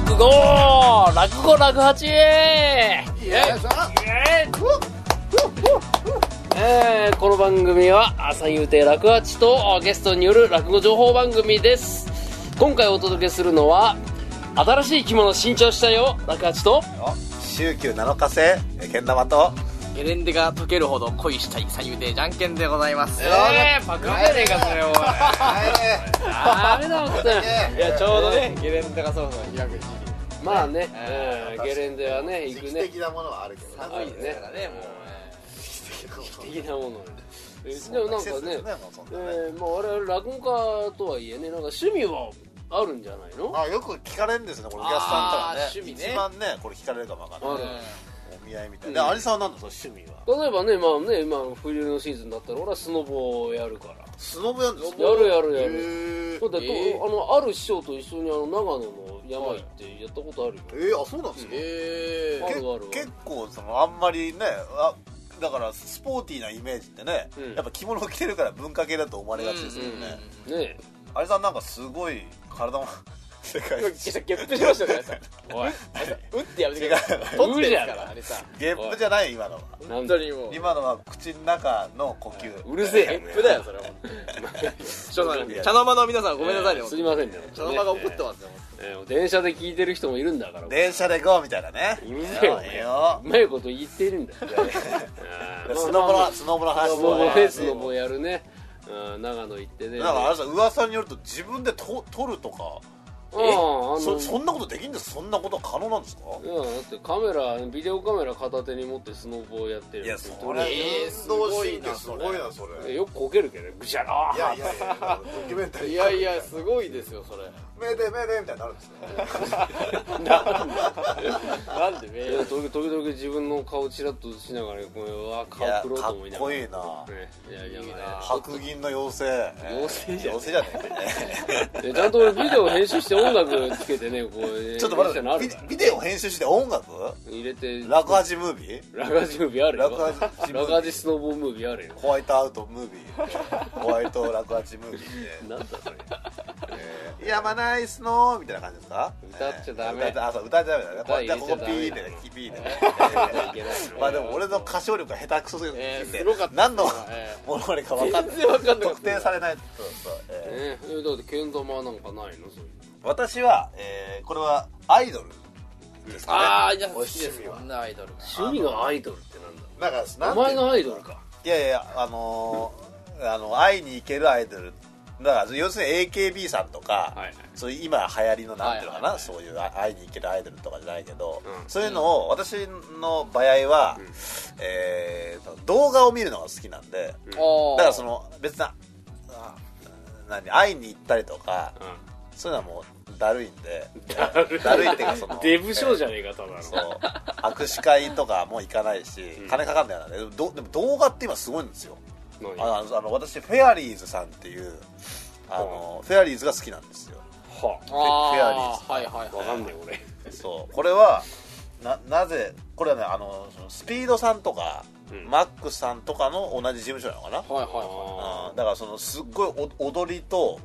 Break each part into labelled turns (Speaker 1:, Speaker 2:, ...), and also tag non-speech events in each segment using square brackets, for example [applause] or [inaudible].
Speaker 1: 語落語落八イエーイイ
Speaker 2: よいし
Speaker 1: エ
Speaker 2: ょ
Speaker 1: ーイえーこの番組は朝夕亭落八とゲストによる落語情報番組です今回お届けするのは新しい着物新調したよ落八と
Speaker 2: 週休7日制えーけん玉と
Speaker 3: ゲレンデが溶けるほど恋したい左右でじゃんけんでございます
Speaker 1: えー、パクリじゃねえかそれおい
Speaker 2: はい
Speaker 1: ダメだもん
Speaker 3: いやちょうどねゲレンデがそろそろ開く時期
Speaker 1: まあね、
Speaker 3: え
Speaker 1: うんゲレンデはね行
Speaker 2: 時
Speaker 1: く
Speaker 2: 期
Speaker 1: ね
Speaker 2: 的なものはあるけど
Speaker 1: 寒い
Speaker 3: で
Speaker 1: ね
Speaker 3: すからねもう
Speaker 1: 的なものでもなんかね
Speaker 2: もうそん
Speaker 1: え
Speaker 2: なね
Speaker 1: ーまあ我々落語家とはいえねなんか趣味はあるんじゃないの
Speaker 2: あよく聞かれるんですねこれお客さんから
Speaker 3: あ
Speaker 2: ね
Speaker 3: ー趣味ね
Speaker 2: 一番ねこれ聞かれるかもわかんない
Speaker 1: あ
Speaker 3: うん
Speaker 2: お見合いみたいなで有さんはなんだその趣味は
Speaker 1: 例えばねまあね今冬のシーズンだったら俺はスノボをやるから
Speaker 2: スノボやんですか
Speaker 1: やるやるやる
Speaker 2: へ
Speaker 1: だってと、
Speaker 3: えー
Speaker 1: あのある師匠と一緒にあの長野の山行ってやったことあるよ、
Speaker 2: えーあそうなんですか
Speaker 3: え
Speaker 1: あ
Speaker 2: け
Speaker 1: るある
Speaker 2: 結構そのあんまりねあだからスポーティーなイメージってね、
Speaker 1: うん
Speaker 2: やっぱ着物着てるから文化系だと思われがちですよね、
Speaker 1: うんね
Speaker 2: あれさんなんかすごい体も世界一
Speaker 3: ゲップしましたね
Speaker 1: えおい
Speaker 3: 打ってやめてください取ってですからあれさ
Speaker 2: ゲップじゃない今のは
Speaker 1: なん
Speaker 3: 本当にもう
Speaker 2: 今のは口の中の呼吸
Speaker 1: うるせえ
Speaker 3: ゲップだよそれは本当にちょっと
Speaker 1: [laughs]
Speaker 3: 待って茶の間の皆さんごめんなさいね
Speaker 1: すいませんね
Speaker 3: 茶の間が怒ってますよ
Speaker 1: えー電車で聞いてる人もいるんだから
Speaker 2: 電車で GO みたいなね
Speaker 1: うるせえよ
Speaker 2: いいよ
Speaker 1: うまいこと言ってる
Speaker 3: [laughs]
Speaker 1: んだようん
Speaker 2: スノボ
Speaker 1: まあまあ
Speaker 2: のスノボの話
Speaker 1: スノボフェスノボ
Speaker 2: なん
Speaker 1: やるね、うん、長野行ってね
Speaker 2: かあれさ噂によると自分でと撮るとか
Speaker 1: うんあの
Speaker 2: そそんなことできんですそんなこと可能なんですか
Speaker 1: うん、だってカメラビデオカメラ片手に持ってスノボをやってる
Speaker 2: いや
Speaker 1: って
Speaker 2: それ
Speaker 3: えー
Speaker 2: 運動神経すごいなそれ
Speaker 1: よくこけるけどねぐしゃらー
Speaker 2: いやいやいやドキュメンタリー
Speaker 3: いやいや
Speaker 2: [laughs]
Speaker 3: すごいですよそれ
Speaker 2: めでめでみたいになるんですね
Speaker 3: なんでメ
Speaker 1: いや時時々自分の顔チラッと映しながらこれは顔黒と思いながら
Speaker 2: いやかっこい
Speaker 1: い
Speaker 2: い
Speaker 1: やいやい
Speaker 3: いい
Speaker 1: や
Speaker 3: な
Speaker 2: 白銀の妖精
Speaker 1: 妖精じゃん
Speaker 2: 妖精じゃねえ
Speaker 1: でちゃんと俺ビデオ編集して音楽つけてね
Speaker 2: [laughs]
Speaker 1: こうね
Speaker 2: ちょっと
Speaker 1: 編
Speaker 2: 待
Speaker 1: 集者のあ
Speaker 2: っ
Speaker 1: る
Speaker 2: て
Speaker 1: から
Speaker 2: ビビデオ編集して音楽
Speaker 1: 入れて
Speaker 2: ラクハチムービー
Speaker 1: ラガジムービーあるよ
Speaker 2: ラガジムービー
Speaker 1: ラガジスノボームービーあるよ
Speaker 2: ホワイトアウトムービーホワイトラクハチムービーで
Speaker 1: なんだそれ
Speaker 2: 「やまないっすの」みたいな感じですか
Speaker 1: 歌っちゃダメ
Speaker 2: えー歌っあそう歌っちゃダメだね
Speaker 1: 歌入れ
Speaker 2: じゃあ
Speaker 1: ちゃ
Speaker 2: こ
Speaker 1: ダメ
Speaker 2: こピーでねピーでね
Speaker 1: いけないよ
Speaker 2: まあでも俺の歌唱力が下手くそすぎ
Speaker 3: えー
Speaker 2: て
Speaker 3: すごかった
Speaker 2: 何の
Speaker 3: えー
Speaker 2: ものまねか分かん
Speaker 3: 全然分かんなかった
Speaker 2: 特定されないそうそうえー
Speaker 1: ねえだってけん玉なんかないのそういう
Speaker 2: 私は、えーこれはアイドルですかね
Speaker 3: ああいや好き
Speaker 2: 趣
Speaker 3: で
Speaker 2: 味
Speaker 3: す
Speaker 2: は
Speaker 3: こんなアイドルが
Speaker 1: の趣味がアイドルってなんだ
Speaker 2: なんかなん
Speaker 1: お
Speaker 2: ていう
Speaker 1: 前のアイドルか
Speaker 2: いやいやあのーあの会いに行けるアイドルだから要するに AKB さんとか、
Speaker 1: はいはい
Speaker 2: そういう今流行りのなんていう
Speaker 3: はい
Speaker 2: のかな、
Speaker 3: はいはい
Speaker 2: そういうあ会いに行けるアイドルとかじゃないけど、
Speaker 1: うん
Speaker 2: そういうのを私の場合は、えー動画を見るのが好きなんで、
Speaker 1: ん
Speaker 3: ああ
Speaker 2: だからその別なあ何会いに行ったりとか
Speaker 1: う
Speaker 2: そういうのはもうだるいん
Speaker 1: [laughs]
Speaker 2: で
Speaker 1: だるい
Speaker 2: だるいっていうかその
Speaker 1: ん [laughs] デブ賞じゃねえかただの
Speaker 2: そう握手会とかも行かないし、金かかんないなでもどでも動画って今すごいんですよ
Speaker 1: 何
Speaker 2: あのあの私フェアリーズさんっていうあのフェアリーズが好きなんですよ
Speaker 1: は
Speaker 3: あ
Speaker 2: フ
Speaker 3: あはいはい
Speaker 1: あわ
Speaker 3: は
Speaker 1: かんねえ俺
Speaker 2: そうこれはななぜこれはねあのそのスピードさんとか、
Speaker 1: うん
Speaker 2: マックスさんとかの同じ事務所なのかな、
Speaker 3: いはいは
Speaker 2: うんだからそのすっごいお踊りと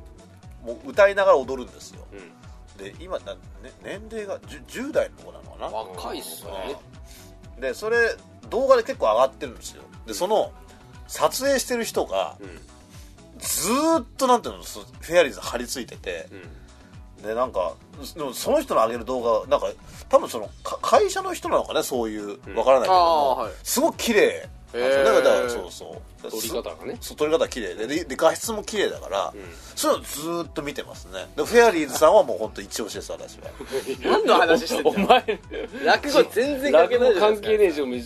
Speaker 2: もう歌いながら踊るんですよ
Speaker 1: うん
Speaker 2: で今な、ね、年齢が 10, 10代の子なのかない
Speaker 3: 若いっすよね
Speaker 2: でそれ動画で結構上がってるんですよでその撮影してる人が
Speaker 1: うん
Speaker 2: ずーっとなんていうのそフェアリーズ張り付いてて
Speaker 1: うん
Speaker 2: でなんかでもその人の上げる動画なんか多分そのか会社の人なのかねそういうわからないけども、
Speaker 3: あーはい
Speaker 2: すごく綺麗なんですよ
Speaker 3: へー
Speaker 2: だからだからそうそう
Speaker 1: 撮り方がね
Speaker 2: そう撮り方綺麗ででで画質も綺麗だから、
Speaker 1: ん
Speaker 2: そういうのずーっと見てますねでフェアリーズさんはもう本当一押しです私は
Speaker 3: 何の話してん
Speaker 1: お
Speaker 3: の
Speaker 1: 前
Speaker 3: 落語全然関係
Speaker 1: 落
Speaker 3: ない
Speaker 1: 語
Speaker 3: じゃない
Speaker 1: 関係ね
Speaker 3: で
Speaker 1: え
Speaker 3: す
Speaker 1: じゃんお前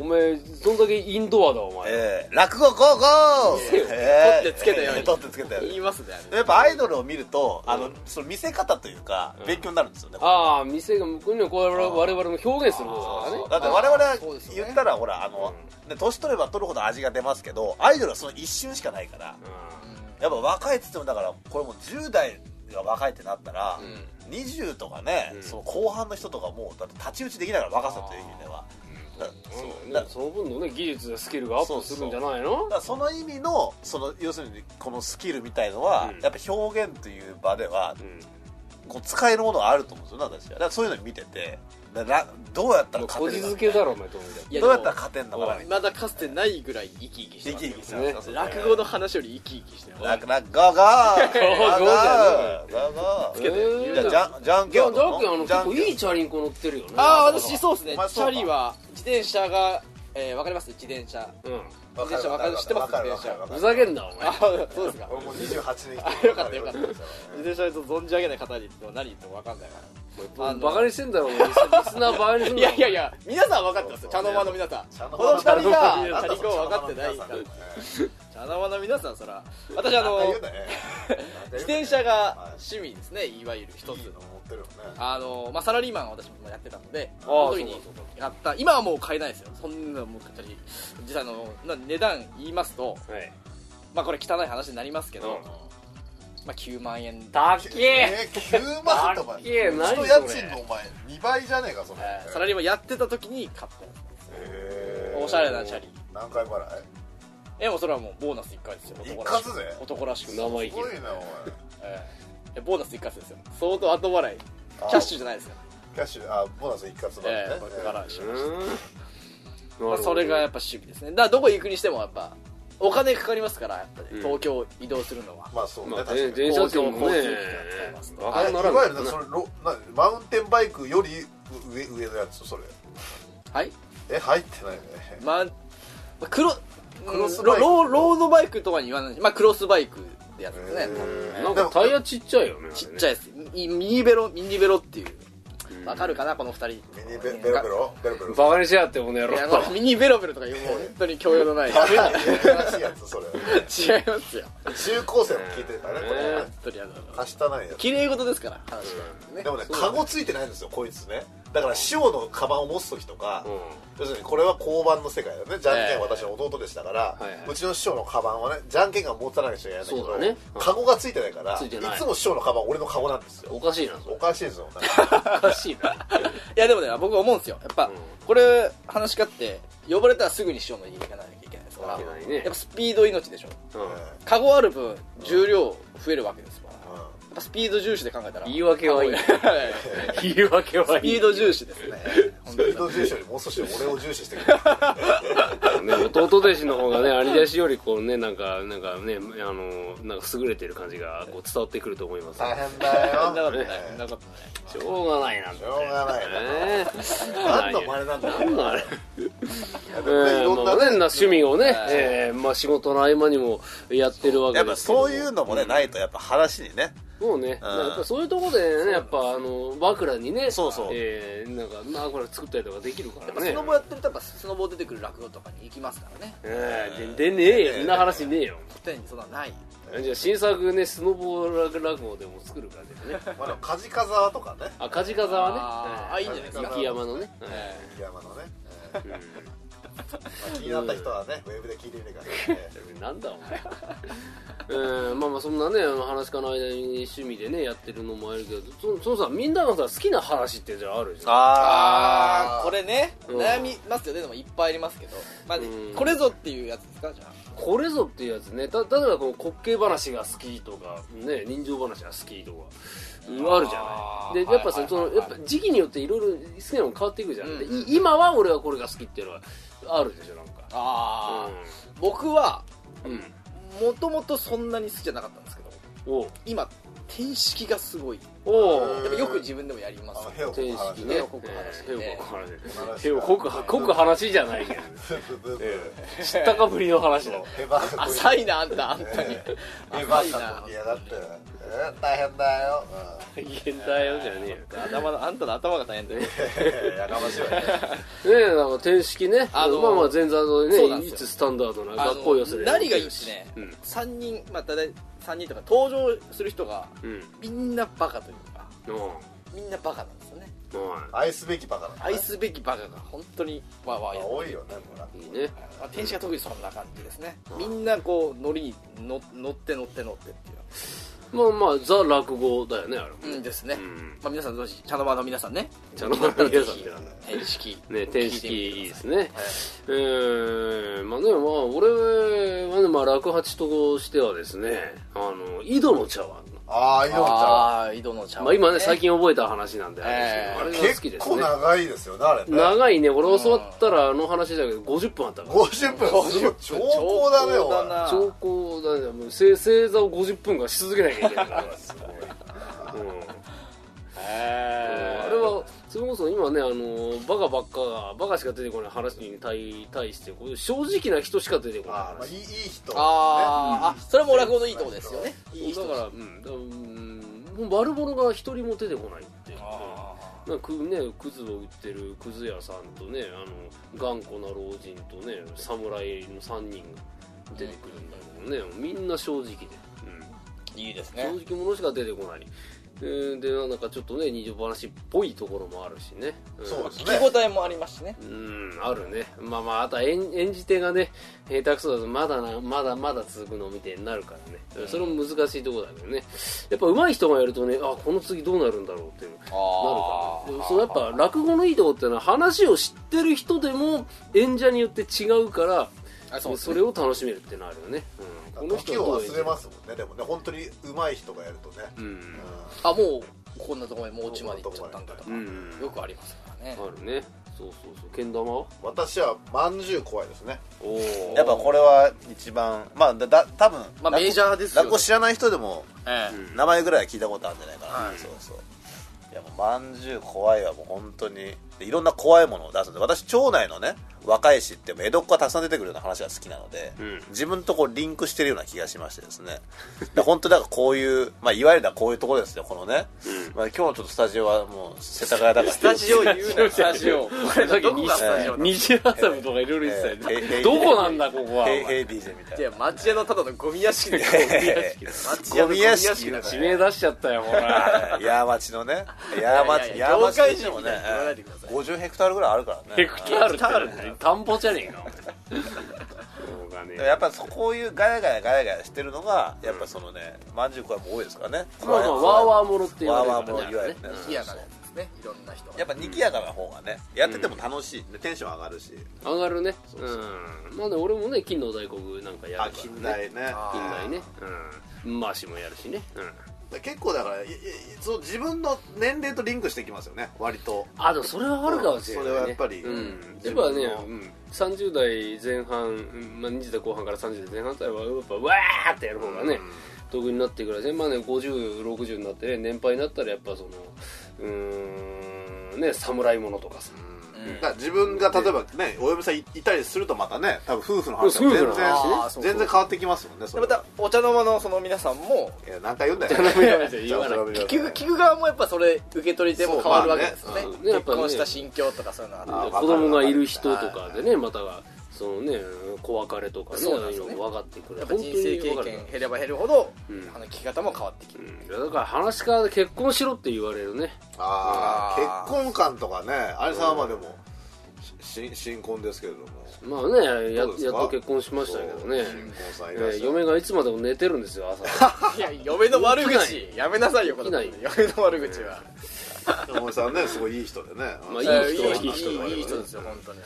Speaker 1: お前そんだけインドアだお前
Speaker 2: えー、落語ゴーゴー、え
Speaker 3: 取ってつけたように
Speaker 2: 取ってつけた
Speaker 3: か
Speaker 2: ように
Speaker 3: 言いますねあれ
Speaker 2: やっぱアイドルを見ると、あのその見せ方というか、勉強になるんですよね
Speaker 1: ああ店が向こうにはこれ我々も表現する方だからね
Speaker 2: だって我々
Speaker 3: あーそう
Speaker 2: は
Speaker 3: ですよね
Speaker 2: 言ったらほらあの、ね年取れば取るほど味が出ますけどアイドルはその一瞬しかないからやっぱ若いっつってもだからこれもう10代が若いってなったら、20とかね、
Speaker 1: うん
Speaker 2: その後半の人とかもうだって太刀打ちできないから若さという意味ではだだ
Speaker 1: うん
Speaker 2: だ
Speaker 1: ねその分のね技術やスキルがアップするんじゃないの
Speaker 2: からその意味のその要するにこのスキルみたいのは、
Speaker 1: うん
Speaker 2: やっぱ表現という場では
Speaker 1: うん
Speaker 4: こう使えるものがあると思うんですよね私はだからそういうの見ててだからどうやったら
Speaker 1: こ
Speaker 4: 勝て
Speaker 1: じ
Speaker 4: る
Speaker 1: づ
Speaker 4: か
Speaker 1: けだろお前と思っ
Speaker 5: いや
Speaker 4: どうやったら勝てんのかな
Speaker 5: でもまだかつてないぐらい生き生きして
Speaker 4: 生
Speaker 5: ま
Speaker 4: き
Speaker 5: すよ
Speaker 4: 生きしてます
Speaker 1: そ
Speaker 4: ね
Speaker 5: 落語の話より生き生きしてます
Speaker 4: 楽楽ゴーゴー
Speaker 1: ゴーゴ
Speaker 4: ゴ
Speaker 1: ーじ
Speaker 4: ーゴ
Speaker 1: つ
Speaker 4: ー
Speaker 1: けて
Speaker 4: じ
Speaker 1: え
Speaker 4: ゃあじゃんじゃんけん
Speaker 1: いやジャン君あの
Speaker 4: じ
Speaker 1: 結
Speaker 4: ゃんけん
Speaker 1: 構いいチャリンコ乗ってるよね
Speaker 5: あ
Speaker 4: そ
Speaker 5: あ
Speaker 4: うそう
Speaker 5: 私そうですね
Speaker 4: お前
Speaker 5: チ
Speaker 4: そう
Speaker 5: ャ
Speaker 4: か
Speaker 5: リは自転車がえーわかります自転車
Speaker 1: うん
Speaker 5: 自転車わかる知ってます
Speaker 4: わかるわ
Speaker 5: 自
Speaker 4: かる
Speaker 5: 転
Speaker 4: わか
Speaker 1: ふ
Speaker 4: る
Speaker 1: ざけんなお前
Speaker 5: [laughs] あーそうですか
Speaker 4: 俺もう28年
Speaker 5: あよかったよかった自転車の存じ上げない方に言っても何言ってもわかんないからあの
Speaker 1: バカにしてんだろお前リスナーバカにすん
Speaker 5: い
Speaker 1: だ
Speaker 5: や
Speaker 1: ろ
Speaker 5: いやいや皆さん分かってますよ茶の間の皆さ
Speaker 4: 茶
Speaker 5: ん
Speaker 4: の
Speaker 5: この
Speaker 4: 間
Speaker 5: 二
Speaker 4: の
Speaker 5: 人がチ
Speaker 1: 皆さ
Speaker 5: ャリコ分かってないから茶の間の皆さんそら私あ
Speaker 4: あ
Speaker 5: の
Speaker 4: の
Speaker 5: 自転車が趣味ですねいわゆる一つの
Speaker 4: 持ってるよね
Speaker 5: あのまあサラリーマンを私もやってたので
Speaker 1: あー
Speaker 5: その時に
Speaker 1: そうか
Speaker 5: やった今はもう買えないですよそんなのもう買ったり実はあのな値段言いますと
Speaker 1: はい
Speaker 5: まあこれ汚い話になりますけど、
Speaker 1: うん
Speaker 5: まあ9万円
Speaker 1: だっけえ
Speaker 2: え9万とか
Speaker 1: だっけ何それ
Speaker 2: 人家賃のお前2倍じゃねえかそれ、
Speaker 5: サラリーマンやってた時に買ったや
Speaker 2: え
Speaker 5: つおしゃれなチャリ
Speaker 2: 何回払い
Speaker 5: えもうそれはもうボーナス1回ですよ男らし
Speaker 2: 一
Speaker 5: く
Speaker 2: 括で
Speaker 5: 男らしく
Speaker 1: 生意
Speaker 2: す
Speaker 1: 気
Speaker 2: ごいなお前
Speaker 5: ええボーナス一括ですよ相当後払いキャッシュじゃないですよ、
Speaker 2: キャッシュあボーナス一括払いね、
Speaker 5: ええこれからしました
Speaker 1: うん
Speaker 5: まあそれがやっぱ趣味ですねだからどこ行くにしてもやっぱお金かかりますからやっぱ
Speaker 1: う
Speaker 5: り、
Speaker 1: ん
Speaker 5: 東京移動するのは
Speaker 2: まあそう
Speaker 1: ま
Speaker 2: ね、
Speaker 1: あ、
Speaker 2: 確
Speaker 1: 電
Speaker 2: かに
Speaker 1: 電車券もね
Speaker 5: 公共交通機関使いますと
Speaker 1: わかんなら
Speaker 2: いわゆるだからそれロなマウンテンバイクより上上のやつそれ
Speaker 5: はい
Speaker 2: え入ってないね
Speaker 5: まあまあクロ
Speaker 2: クロスバイク
Speaker 5: ロローロードバイクとは言わないまあクロスバイクってやつですね、
Speaker 2: へえ
Speaker 1: なんかタイヤちっちゃいよね
Speaker 5: ちっちゃいですミミニベロミニベロっていうわかるかなこの
Speaker 2: [laughs]
Speaker 5: 二人
Speaker 2: ミニベベロベロベロベロ
Speaker 1: バカにしやがってこの野
Speaker 5: い
Speaker 1: 郎
Speaker 5: やこのミニベロベロとかいうもう本当に教養
Speaker 2: [laughs]
Speaker 5: のない違いま
Speaker 2: 珍しいやつそれ
Speaker 5: すよ
Speaker 2: 中高生も聞いてたねこれ
Speaker 5: 本当にあの
Speaker 2: はしたないやつ
Speaker 5: 綺麗事ですから話がね
Speaker 2: でもねカゴついてないんですよこいつねだから師匠のカバンを持つ時とか、
Speaker 1: うん
Speaker 2: 要するにこれは交番の世界だよねじゃんけんは私の弟でしたから、
Speaker 1: ええはいはいう
Speaker 2: ちの師匠のカバンはねじゃんけんが持たなきゃいけないんだけど
Speaker 1: そうだねうん
Speaker 2: カゴがついてないから
Speaker 1: ついてない
Speaker 2: つも師匠のカバン俺のカゴなんですよ
Speaker 1: おかしいなそ
Speaker 2: お
Speaker 1: れ
Speaker 2: かしいですよ
Speaker 1: おかしいない
Speaker 5: やでもね僕思うんですよやっぱ
Speaker 1: うん
Speaker 5: これ話し家って呼ばれたらすぐに師匠の家に行かなきゃいけないですから
Speaker 1: いけないね
Speaker 5: やっぱスピード命でしょ
Speaker 1: うん
Speaker 5: カゴある分重量増えるわけですからや
Speaker 2: う
Speaker 5: っぱスピード重視で考えたら
Speaker 1: 言い訳はいい
Speaker 5: カゴ
Speaker 1: 言い訳は
Speaker 5: [laughs] ス
Speaker 1: い
Speaker 5: ピ
Speaker 1: い
Speaker 5: ード重視ですね
Speaker 1: [laughs]
Speaker 5: 本当
Speaker 2: ん
Speaker 5: に
Speaker 2: スピード重視よりもう少し俺を重視してくれる
Speaker 1: ね弟弟子の方がね兄弟子よりこうねなんかなんかねあのなんか優れてる感じがこう伝わってくると思います
Speaker 2: 大変だ
Speaker 5: そんなこ
Speaker 2: よ
Speaker 5: とないそんなことない
Speaker 1: しょうがないなし
Speaker 2: しょうがない
Speaker 1: ね
Speaker 2: な何の真似なんだ
Speaker 1: 何のあれ
Speaker 2: い
Speaker 1: えー
Speaker 2: ろんな
Speaker 1: まあね
Speaker 2: ね
Speaker 1: 趣味をね、
Speaker 5: はい
Speaker 1: えーまあ、仕事の合間にもやってるわけ
Speaker 4: やっぱ
Speaker 1: ですけど
Speaker 4: そういうのもね、ないとやっぱ話にね
Speaker 1: そうね、
Speaker 4: うん
Speaker 1: やっぱそういうところでねやっぱあの枕にね
Speaker 4: そうそう
Speaker 1: えー、なんか枕作ったりとかできるか
Speaker 5: やっ
Speaker 1: ら
Speaker 5: ぱ
Speaker 1: ね
Speaker 5: スノボやってるとやっぱスノボ出てくる落語とかに行きますからね
Speaker 1: えーででねえよそんな話ねえよ
Speaker 5: 古典にそんなのない
Speaker 1: じゃあ新作ねスノボ落語でも作るからね
Speaker 2: まあでもカジカザとかね
Speaker 1: あ梶風はね
Speaker 5: あーあいいんじゃないですか
Speaker 1: 雪山のね、
Speaker 2: 山のね、え
Speaker 1: うん
Speaker 2: ーまあ、気になった人はね、ウェブで聞いてみてくださいね
Speaker 1: なんだお前 [laughs] うんまあまあそんなねあの話かの間に趣味でねやってるのもあるけどそそのさみんながさ好きな話ってじゃああるじゃん
Speaker 5: あーこれね
Speaker 1: うん
Speaker 5: 悩みますよねでもいっぱいありますけどまあ
Speaker 1: うん
Speaker 5: これぞっていうやつですかじゃ
Speaker 1: これぞっていうやつねた例えばこの滑稽話が好きとかね人情話が好きとかうんあるじゃ
Speaker 5: あ
Speaker 1: ない
Speaker 5: ー
Speaker 1: でやっぱ
Speaker 5: は
Speaker 1: さ
Speaker 5: い
Speaker 1: そ
Speaker 5: はいはい
Speaker 1: のやっぱ時期によっていろいろ好きなの変わっていくじゃん、
Speaker 5: うん
Speaker 1: でい今は俺はこれが好きっていうのはあるでしょなんか
Speaker 5: あああ僕は
Speaker 1: うん、うん、
Speaker 5: もともとそんなに好きじゃなかったんですけど
Speaker 1: おう
Speaker 5: 今転式がすごい
Speaker 1: お
Speaker 2: う
Speaker 1: うん
Speaker 5: でもよく自分でもやりま
Speaker 2: あ
Speaker 5: す
Speaker 2: の、ヘオコ
Speaker 1: 天
Speaker 2: の話
Speaker 1: 式
Speaker 2: ね
Speaker 1: ね
Speaker 5: 手をこく話
Speaker 1: 手を
Speaker 5: ね
Speaker 1: こく話手をこくはこく話じゃないけど
Speaker 2: ブーブーブーブー
Speaker 1: 知ったかぶりの話だよ
Speaker 2: ヘバーコ
Speaker 5: 浅いなあんたあんたに
Speaker 2: ええバ
Speaker 5: 浅い
Speaker 2: カ
Speaker 5: な
Speaker 2: といやだって、えー、大変だよ、
Speaker 1: 大変だよじゃねえよ
Speaker 5: 頭のあんたの頭が大変だよ
Speaker 2: うん、やかましいわね
Speaker 1: ねえなんか天式ね
Speaker 5: あのー
Speaker 1: まあまあ前座の
Speaker 5: そうな
Speaker 1: ね
Speaker 5: んで
Speaker 1: い
Speaker 5: すよ
Speaker 1: つスタンダードな
Speaker 5: あの
Speaker 1: 学校寄せで
Speaker 5: 何がいいってね
Speaker 1: うん
Speaker 5: 3人まあ大体3人とか登場する人が
Speaker 1: うん
Speaker 5: みんなバカというか
Speaker 1: うん
Speaker 5: みんなバカなんですよね
Speaker 2: 愛すべきバカだ
Speaker 5: 愛すべきバカが本当にわーわーやって
Speaker 2: 多いよねほら
Speaker 1: うんいいね
Speaker 5: まあ、天使が特にそんな感じですね、みんなこう乗りに乗乗って乗って乗ってってい
Speaker 1: まあまあザ落語だよねあれも
Speaker 5: う、うんですね、
Speaker 1: うん
Speaker 5: まあ、皆さんどうし茶の間の皆さんね
Speaker 1: 茶の間の皆さんってなんだよ
Speaker 5: 天式
Speaker 1: ね天式いいですね
Speaker 5: はい
Speaker 1: えーまあねまあ俺はねまあ落八としてはですねあの井戸の茶碗
Speaker 2: ああ井戸ち
Speaker 5: ああ井戸の茶碗
Speaker 1: まあ、今ね最近覚えた話なんで、あれですけどあれ
Speaker 2: ゃ
Speaker 5: ええ
Speaker 2: ん
Speaker 1: が好きで
Speaker 2: 結
Speaker 1: すね
Speaker 2: 構長いですよねあれね
Speaker 1: 長いね俺教わったらあの話だけど50分あったから
Speaker 2: 50分超高だね
Speaker 5: 上
Speaker 2: お
Speaker 5: 等
Speaker 2: い
Speaker 5: だな
Speaker 1: 兆候だねもう正正座を50分間し続けなきゃいけないからすごい、うん
Speaker 5: へー
Speaker 1: あれはそれこそ今ねあのバカばっかがバカしか出てこない話に対対してこう正直な人しか出てこない
Speaker 2: あーまあ
Speaker 1: 話
Speaker 2: いいいい人
Speaker 6: あーあそれも落語のいいとこですよね
Speaker 1: いい人だからうんだからうんもう悪者が一人も出てこないっていうなんかくねクズを売ってるクズ屋さんとねあの頑固な老人とね侍の3人が出てくるんだけどねみんな正直で、うん
Speaker 6: いいですね
Speaker 1: 正直者しか出てこない、えーでなんかちょっとね二条話っぽいところもあるしね、うん、
Speaker 2: そうですね
Speaker 6: 聞き応えもありますしね
Speaker 1: うんあるねまあまああとは演演じ手がね下手くそだとまだなまだまだ続くのみたいになるからね、それも難しいところだけどねやっぱ上手い人がやるとねあこの次どうなるんだろうっていうなるから、ね、でもそのやっぱ落語のいいところっていうのは話を知ってる人でも演者によって違うから
Speaker 6: あ
Speaker 1: そ,、
Speaker 6: そうですね
Speaker 1: れを楽しめるってなるよね、うん、この人
Speaker 2: 時
Speaker 1: はど
Speaker 2: を
Speaker 1: う演じ
Speaker 2: 忘
Speaker 1: る
Speaker 2: れますもんねでもね本当に上手い人がやるとね
Speaker 1: うん
Speaker 6: あもうこんなところにもうちまで行っちゃったんだとか、
Speaker 1: うん
Speaker 6: よくありますからね、
Speaker 1: あるねそうそうそうけん玉は
Speaker 2: 私はまんじゅう怖いですね
Speaker 1: おお
Speaker 7: やっぱこれは一番まあだだ多分
Speaker 5: まあメジャーですよね
Speaker 7: 落語知らない人でも
Speaker 5: え
Speaker 1: うん
Speaker 7: 名前ぐらいは聞いたことあるんじゃないかな、
Speaker 5: はい
Speaker 7: そうそういやもうまんじゅう怖いはもう本当にでいろんな怖いものを出すんで私町内のね若い市って江戸っ子がたくさん出てくるような話が好きなので、
Speaker 1: うん
Speaker 7: 自分とこうリンクしてるような気がしましてですね [laughs] で本当だからこういう、まあ、いわゆるだこういうところですよこのね、まあ、今日のちょっとスタジオはもう世田谷だからス
Speaker 6: スタジ
Speaker 1: [laughs]
Speaker 6: オ言うなスタジオ
Speaker 1: これだけ
Speaker 5: どこがスタジオなの
Speaker 1: 西麻布とかいろいろ言ってたよ
Speaker 7: えーえ
Speaker 1: ね
Speaker 7: ー
Speaker 1: どこなんだここは
Speaker 7: ヘイヘイ DJ みたい
Speaker 5: い
Speaker 7: な
Speaker 5: や町屋のただのゴミ屋敷 [laughs] で町
Speaker 7: ゴ
Speaker 5: 屋のゴ
Speaker 7: ミ
Speaker 5: ミ
Speaker 7: 屋
Speaker 5: 屋
Speaker 7: 敷
Speaker 5: 敷だ
Speaker 7: だ
Speaker 5: か
Speaker 7: からら
Speaker 1: 指名出しちゃったよほら
Speaker 7: はい八重町のね八重町
Speaker 5: いやいや
Speaker 7: 八重町
Speaker 5: 業界
Speaker 7: って
Speaker 5: 人
Speaker 7: も
Speaker 5: み
Speaker 7: ね
Speaker 5: たいに言わないでください
Speaker 7: 50ヘクタールぐらいあるから
Speaker 1: ヘ
Speaker 7: ね
Speaker 1: クタールって何田んぼじゃねえかお前そうだね
Speaker 7: やっぱそこういうガヤガヤガヤガヤしてるのがやっぱそのねまんじゅう怖いも多いですからね
Speaker 1: まあまあワーワーものって言
Speaker 7: ワ
Speaker 1: わ
Speaker 7: ー
Speaker 1: れ
Speaker 7: ワ
Speaker 1: る
Speaker 7: ーも
Speaker 1: か
Speaker 7: の
Speaker 1: ら
Speaker 7: いわゆ
Speaker 1: ね
Speaker 7: るね
Speaker 5: 嫌なやつですねいろんな人が
Speaker 7: やっぱにぎやかな方がねやってても楽しいねテンション上がるし
Speaker 1: 上がるねうんまあね俺もね金の大黒なんかや
Speaker 2: あ
Speaker 1: る
Speaker 2: 近
Speaker 1: からね
Speaker 2: 代ね
Speaker 5: あ
Speaker 1: 近代ねうん回しもやるしねうん
Speaker 2: 結構だからいいそう自分の年齢とリンクしてきますよね割と
Speaker 1: あでもそれはあるかもしれない、ね、
Speaker 2: それはやっぱり
Speaker 1: うん、や
Speaker 2: 自
Speaker 1: っ
Speaker 2: 分
Speaker 1: ぱ
Speaker 2: の
Speaker 1: ね、うん、30代前半、うんまあ、20代後半から30代前半あたりはやっぱわーってやる方がね、得になっていくらいでまあね5060になってね年配になったらやっぱそのうーんね侍ものとかさ、
Speaker 2: だから自分が例えばねお嫁さんいいたりするとまたね多分夫婦の話
Speaker 1: そう夫
Speaker 2: も
Speaker 1: 婦
Speaker 2: 全
Speaker 1: の
Speaker 2: 然
Speaker 1: 話
Speaker 5: ねあーそうそう
Speaker 2: 全然変わってきますもんねそ
Speaker 5: で
Speaker 2: れ
Speaker 5: またお茶の間のその皆さんも
Speaker 2: いや何回言うんだよ
Speaker 1: いやいや言わない
Speaker 5: 聞く聞く側もやっぱそれ受け取り手も変わるわけですよね
Speaker 1: そうまあね
Speaker 5: 結婚した心境とかそういうのあ
Speaker 2: あ
Speaker 5: っ
Speaker 2: ー
Speaker 1: 子供がいる人とかでねまたがそのね子別れとかね
Speaker 5: そうなんですよね
Speaker 1: いろいろ分かってく
Speaker 5: て
Speaker 1: る
Speaker 5: やっぱ人生経
Speaker 1: 本当に分
Speaker 5: 験
Speaker 1: か
Speaker 5: 減れば減るほど
Speaker 1: うん
Speaker 5: あの聞き方も変わってきる
Speaker 1: るうんいやだから話し家で結婚しろって言われるね
Speaker 2: あ
Speaker 5: あ
Speaker 2: あ
Speaker 5: ー
Speaker 2: 結婚観とかねあれさんはまあでもし新婚ですけれども
Speaker 1: まあねやや
Speaker 2: ど
Speaker 1: っ
Speaker 2: うですか
Speaker 1: と結婚しましたけどね
Speaker 2: そう新婚さんいらっ
Speaker 1: えー
Speaker 2: しゃ
Speaker 1: 嫁
Speaker 2: る
Speaker 1: がいつまでも寝てるんですよ朝
Speaker 2: [laughs]
Speaker 5: いや嫁の悪
Speaker 1: 起
Speaker 5: 口やめなさいよこの
Speaker 1: 起
Speaker 5: 嫁
Speaker 1: きない
Speaker 5: の悪口は
Speaker 2: 嫁さんねすごいいい人でね
Speaker 1: まあいい人
Speaker 5: え
Speaker 1: は
Speaker 5: ーい
Speaker 1: いい
Speaker 5: い
Speaker 1: 人
Speaker 5: 人
Speaker 1: だ
Speaker 5: いい
Speaker 1: よ
Speaker 5: いい人ですよ本当に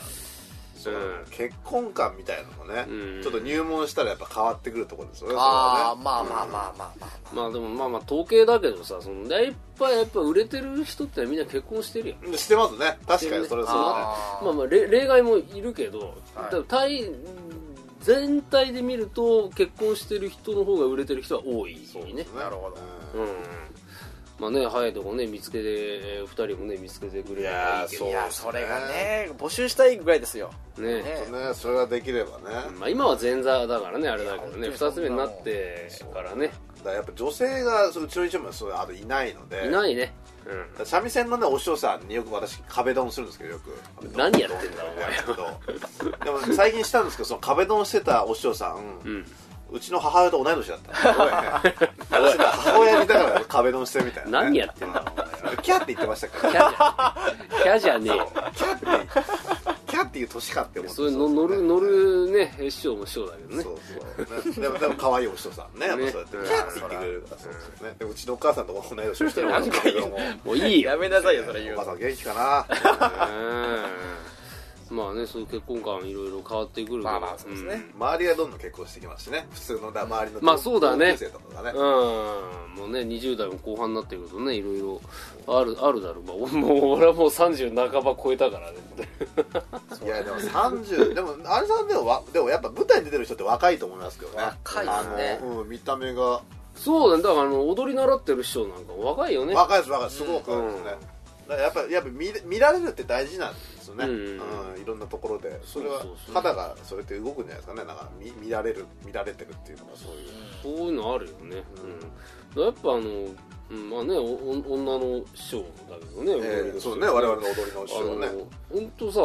Speaker 2: そう
Speaker 1: うん
Speaker 2: 結婚観みたいなのもね
Speaker 1: うん
Speaker 2: ちょっと入門したらやっぱ変わってくるところですよねそれ
Speaker 5: あ
Speaker 2: は
Speaker 5: あ
Speaker 2: ね
Speaker 5: まあまあまあまあま
Speaker 1: まあでもまあまあ統計だけどさそのやっぱやっぱ売れてる人ってみんな結婚してるよ
Speaker 2: してますね確かにそれはそうだね
Speaker 5: あ
Speaker 1: まあまあれ例外もいるけど、
Speaker 5: はい
Speaker 1: 多分対全体で見ると結婚してる人の方が売れてる人は多いね
Speaker 5: なるほど
Speaker 2: うん
Speaker 1: うんまあね早いとこね見つけて、えー二人もね見つけてくれればいいけど
Speaker 5: い
Speaker 1: ね
Speaker 5: やそれがね募集したいぐらいですよね
Speaker 2: ねそれができればね、
Speaker 1: まあ今は前座だからねあれだけどね
Speaker 5: いや本当に
Speaker 1: 二つ目になってからね
Speaker 2: だからやっぱ女性がそううちの一部はそうあといないので
Speaker 1: いないね、うん
Speaker 2: だから三味線のねお師匠さんによく私壁ドンするんですけどよく
Speaker 1: 何やってんだ
Speaker 2: お前でも最近したんですけどその壁ドンしてたお師匠さん、うんちの母親と同い年だったんですよおい私の母親にだから壁ドンしてみたいな、
Speaker 1: 何やってんだお
Speaker 2: キャーって言ってましたか
Speaker 1: キ
Speaker 2: ら
Speaker 1: ャじゃキャじゃねえよ
Speaker 2: キャーってキャーっていう年かって思って
Speaker 1: それの乗る乗るね師匠も師匠だけどね
Speaker 2: そうそう、ね、でもでも可愛いお師匠さんねやっぱそうやって
Speaker 1: ね
Speaker 2: キャーって言ってくれるからそうですよねでうちのお母さんと同い年をしてるんですけども
Speaker 1: もういいよ
Speaker 5: やめなさいよそれ言
Speaker 2: お
Speaker 5: うの
Speaker 2: 母さん元気かな
Speaker 1: うんまあねそういう結婚観いろいろ変わってくるけど
Speaker 8: まあまあそうですね、
Speaker 2: 周りがどんどん結婚してきますしね普通のだ周りの
Speaker 1: まあそうだね
Speaker 2: 同級生とかがね、
Speaker 1: うんもうね20代も後半になってくるとねいろいろあるあるだろう、まあ、俺も俺はもう30半ば超えたからね
Speaker 2: いやでも30でもあれさんでもわでもやっぱ舞台に出てる人って若いと思いますけどね
Speaker 5: 若いですね
Speaker 2: あの、うん、見た目が
Speaker 1: そうだねだからあの踊り習ってる師匠なんか若いよね
Speaker 2: 若いです若いですすごく若いですね、だからやっぱやっぱ見見られるって大事なんですよね、
Speaker 1: う
Speaker 2: うんんいろんなところでそれは
Speaker 1: そうそうそう
Speaker 2: 肌がそれって動くんじゃないですかねなんか見見られる見られてるっていうのがそういう
Speaker 1: そういうのあるよね、うん、やっぱあの、うんまあねおお女の師匠だけどね、
Speaker 2: え
Speaker 1: 踊り
Speaker 2: ー
Speaker 1: の師匠
Speaker 2: そうね我々の踊りの師匠はね
Speaker 1: あの本当さ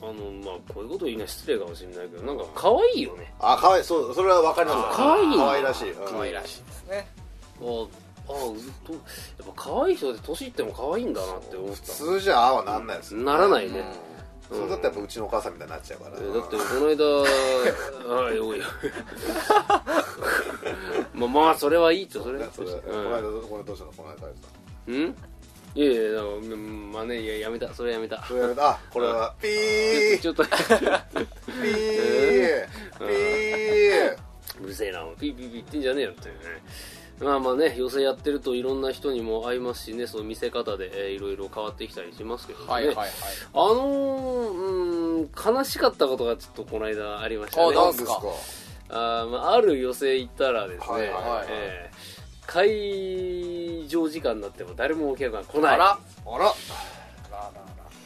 Speaker 1: あのまあこういうこと言うのは失礼かもしれないけどなんか可愛いよね
Speaker 2: あ可愛いそうそれは分かります
Speaker 1: 可愛い
Speaker 2: 可愛らしいうん
Speaker 5: 可愛らしいですね
Speaker 1: ああずっとやっぱ可愛い人って年いっても可愛いんだなって思っ
Speaker 2: 普
Speaker 1: た
Speaker 2: 通じゃああはなんないですよね
Speaker 1: ならないね、
Speaker 2: うんそれだったらやっぱうちのお母さんみたいになっちゃうから
Speaker 1: えーだってこの
Speaker 2: [laughs]
Speaker 1: 間あいおい [laughs] まあまあそれはいいとそれ
Speaker 2: ねそれこ
Speaker 1: う
Speaker 2: の間これどうしたのこの間さ
Speaker 1: んんいやいやだからうんまあねいややめたそれやめた
Speaker 2: それやめたあこれはピー
Speaker 1: ちょっとちょっと
Speaker 2: ピーピー
Speaker 1: うるせえなお前ピーピーピー言ってんじゃねえよっていうねまあまあね寄席やってるといろんな人にも会いますしねその見せ方で、えーいろいろ変わってきたりしますけどね、
Speaker 5: はいはいはい
Speaker 1: あのー、うーん悲しかったことがちょっとこの間ありましたね
Speaker 5: あな
Speaker 2: なんん
Speaker 5: す
Speaker 2: です
Speaker 5: か
Speaker 2: か
Speaker 1: あーまあある寄席行ったらですね、
Speaker 2: はいはい
Speaker 5: はい
Speaker 1: えー会場時間になっても誰もお客が来ない
Speaker 5: あら
Speaker 2: あら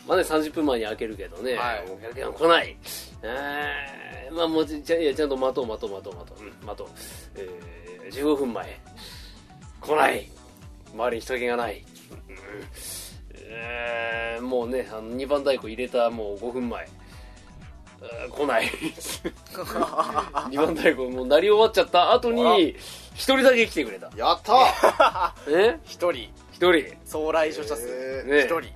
Speaker 1: まあね、30分前に開けるけどね、
Speaker 5: はい
Speaker 1: お客が来ない、えーまあもうちちゃいやちゃんと待とう待とう待とう待とう、うん、待とう、えー、15分前来ない周りに人気がない、うんえーもうねあの2番太鼓入れたもう5分前あー来ない [laughs] 2番太鼓もう鳴り終わっちゃった後に1人だけ来てくれた
Speaker 2: やったー
Speaker 1: え
Speaker 5: 一人
Speaker 1: 1人
Speaker 5: 総来場者数
Speaker 2: えー
Speaker 1: ね
Speaker 5: 一人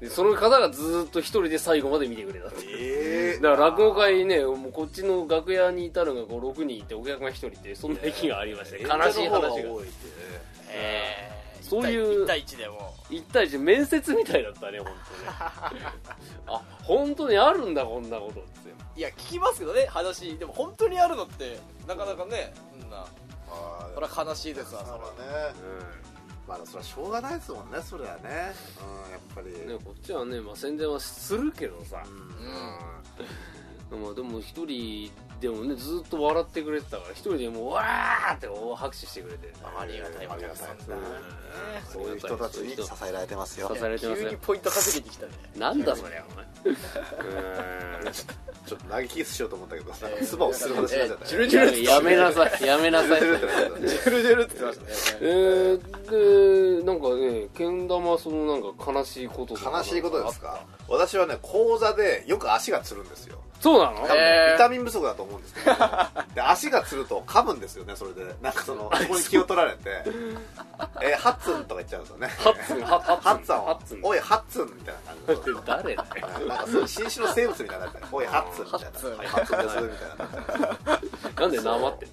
Speaker 1: でその方がずーっと1人で最後まで見てくれたっていう
Speaker 2: えー
Speaker 1: だから落語会ねもうこっちの楽屋にいたのがこう6人いてお客が1人ってそんな日がありまして悲しい話が
Speaker 2: 多いってね
Speaker 5: ええ
Speaker 1: そういう
Speaker 5: 1対1でも
Speaker 1: 1対1面接みたいだったね本当ねあ本当にあるんだこんなことって
Speaker 5: いや聞きますけどね話でも本当にあるのってなかなかねそんな
Speaker 2: あー
Speaker 5: これは悲しいですわそ
Speaker 2: そ
Speaker 5: れは
Speaker 2: うだねまあそれはしょうがないですもんねそれはねうんやっぱり
Speaker 1: ねこっちはね、まあ、宣伝はするけどさ、まあ、でも1人でもねずっと笑ってくれてたから1人でもうわーって大拍手してくれて、
Speaker 5: ありがたいわけです
Speaker 2: ありがたい
Speaker 1: うん
Speaker 2: そういう人たちに支えられてますよ
Speaker 1: 支えられてます
Speaker 5: 急
Speaker 1: よ
Speaker 5: にポイント稼ぎ
Speaker 2: [laughs]
Speaker 5: に来たね
Speaker 1: なんだそりゃお前う [laughs] ーん
Speaker 2: ちょっと投げキスしようと思ったけどさ唾をする話になっちゃった
Speaker 5: ジュルジュルって
Speaker 1: やめなさいやめなさい
Speaker 2: ジュルジュルってなっちゃった
Speaker 5: ジュルジュルって言ってましたね
Speaker 1: えー、でなんかねけん玉そのなんか悲しいこととか
Speaker 2: 悲しいことですか私はね講座でよく足がつるんですよ
Speaker 1: そうなの
Speaker 2: 多、
Speaker 1: え
Speaker 5: へー
Speaker 2: 分ビタミン不足だと思うんです [laughs] けどで足がつると噛むんですよねそれでなんかそ [laughs] のそこに気を取られて「えーハッツン」とか言っちゃうんですよね
Speaker 1: ハッツンハッ
Speaker 2: ハッツン
Speaker 1: ハッツン
Speaker 2: おいハッツンみたいな感じで
Speaker 1: 誰だよ
Speaker 2: なんかそういう新種の生物みたいなやつだねおいハッツンみたいなはいハッツンですみたいな
Speaker 1: なんでなまってん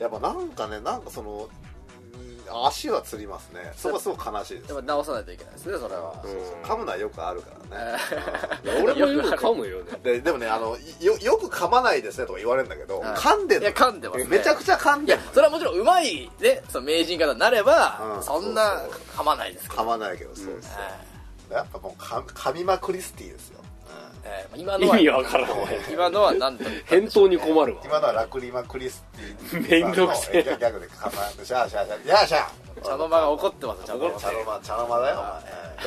Speaker 2: やっぱなんかねなんかそのうん足はつりますねそこはすごく悲しいです
Speaker 5: やっぱ直さないといけないですねそれは
Speaker 2: 噛むのはよくあるからね
Speaker 1: の俺もよく噛むよね
Speaker 2: ででもねあのよよく噛まないですねとか言われるんだけど、
Speaker 5: はい
Speaker 2: 噛んでる
Speaker 5: いや噛んでますね
Speaker 2: めちゃくちゃ噛ん
Speaker 5: [laughs] い
Speaker 2: で
Speaker 5: や
Speaker 2: る
Speaker 5: それはもちろんうまいねその名人方になれば
Speaker 2: うん
Speaker 5: そんな
Speaker 2: そうそう
Speaker 5: 噛まないですけど
Speaker 2: 噛まないけどそうです、やっぱもう噛噛みまくりスティですよ、
Speaker 5: えー今の
Speaker 1: 意
Speaker 5: は
Speaker 1: 味わからんお前
Speaker 5: 今のは何だ
Speaker 1: 返答に困るわ
Speaker 2: 今のはラクリマクリスティ
Speaker 1: めんどくせえ
Speaker 2: ギャギャグで噛まないシャーシャーシャーシャーシャー
Speaker 5: 茶の間が怒ってますよ茶の間
Speaker 2: 茶の間茶の間だよお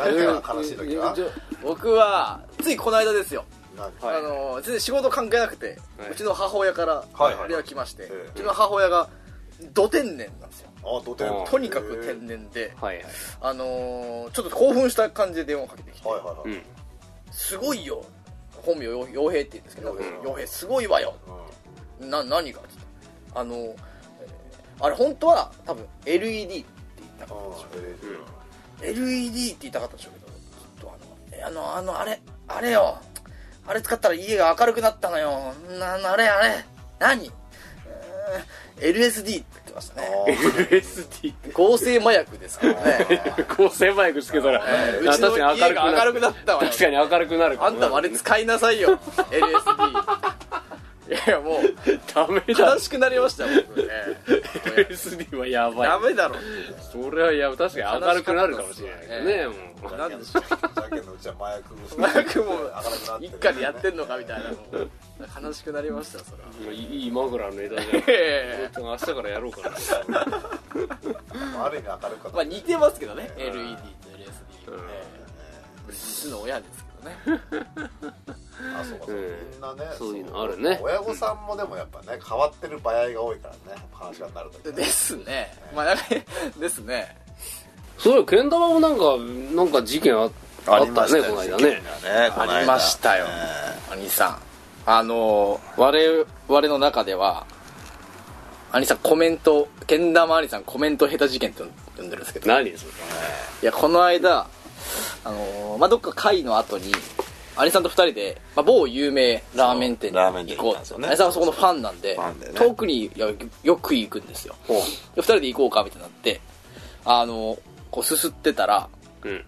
Speaker 2: 前誰かが悲しい時は
Speaker 1: えーじゃ
Speaker 5: 僕はついこの間ですよ
Speaker 2: 何
Speaker 1: はい
Speaker 5: あの全然仕事関係なくて、
Speaker 1: はいう
Speaker 5: ちの母親から
Speaker 2: はいはい
Speaker 5: メールが来まして、
Speaker 2: ええ
Speaker 5: うちの母親がど天然なんですよ
Speaker 2: あ土手
Speaker 1: うん
Speaker 5: とにかく天然で、
Speaker 1: あはいはい
Speaker 5: あのーちょっと興奮した感じで電話かけてきて「
Speaker 2: はいはいはい、
Speaker 1: うん
Speaker 5: すごいよ」本名よ傭兵って言うんですけど
Speaker 2: 傭兵
Speaker 5: 傭兵すごいわよ」な何が?」って言ったあのーえーあれ本当は多分 LED って言いたかったんでしょう
Speaker 2: うん
Speaker 5: LED って言いたかったんでしょうけどちょっとあのえあのあのあれあれよあれ使ったら家が明るくなったのよなあれあれ何う LSD って言ってましたね
Speaker 1: LSD
Speaker 5: 合成麻薬ですから [laughs] ね
Speaker 1: 合成バイクつけたら
Speaker 5: うちの家が明るくなったわよ
Speaker 1: 確かに明るくなる
Speaker 5: あんたもあれ使いなさいよ LSD い [laughs] やいやもう
Speaker 1: ダメだ
Speaker 5: 悲しくなりましたもんね
Speaker 1: LSD はやばい
Speaker 5: ダメだろ
Speaker 1: それはいや確かに明るくなるかもしれないねねもう
Speaker 5: なんでしょう
Speaker 2: ジャケのうちは麻薬
Speaker 5: 麻薬も
Speaker 2: 明るくなって
Speaker 5: 一家でやってんのかみたいなの悲しくなりましたよそれは
Speaker 1: い [laughs] い枕のネタじゃん
Speaker 5: ええ
Speaker 1: 明日からやろうかな
Speaker 2: ある意味明るかった
Speaker 5: まあ似てますけどね LED と LSD はね実の親ですけどね
Speaker 2: あそうかそう
Speaker 1: うん
Speaker 2: みんなね
Speaker 1: そういうのあるね
Speaker 2: 親御さんもでもやっぱね変わってる場合が多いからね話がなるとき
Speaker 5: ですねまあなんかですね
Speaker 1: そういけん玉もなんかなんか事件ああったねこの間ね
Speaker 5: ありましたよ兄さんあの我々の中では兄さんコメントけん玉兄さんコメント下手事件って呼んでるんですけど
Speaker 1: 何それ
Speaker 5: いやこの間あの、まあ、どっか会の後に兄さんと二人で、まあ、某有名ラーメン店に
Speaker 2: そうラーメン
Speaker 5: 行
Speaker 2: 店行
Speaker 5: こう
Speaker 2: ったんですよね
Speaker 5: 兄さんはそこのファンなんで
Speaker 2: ファンでね
Speaker 5: 遠くによよく行くんですよで二人で行こうかみたいになってあのこうすすってたら
Speaker 1: うん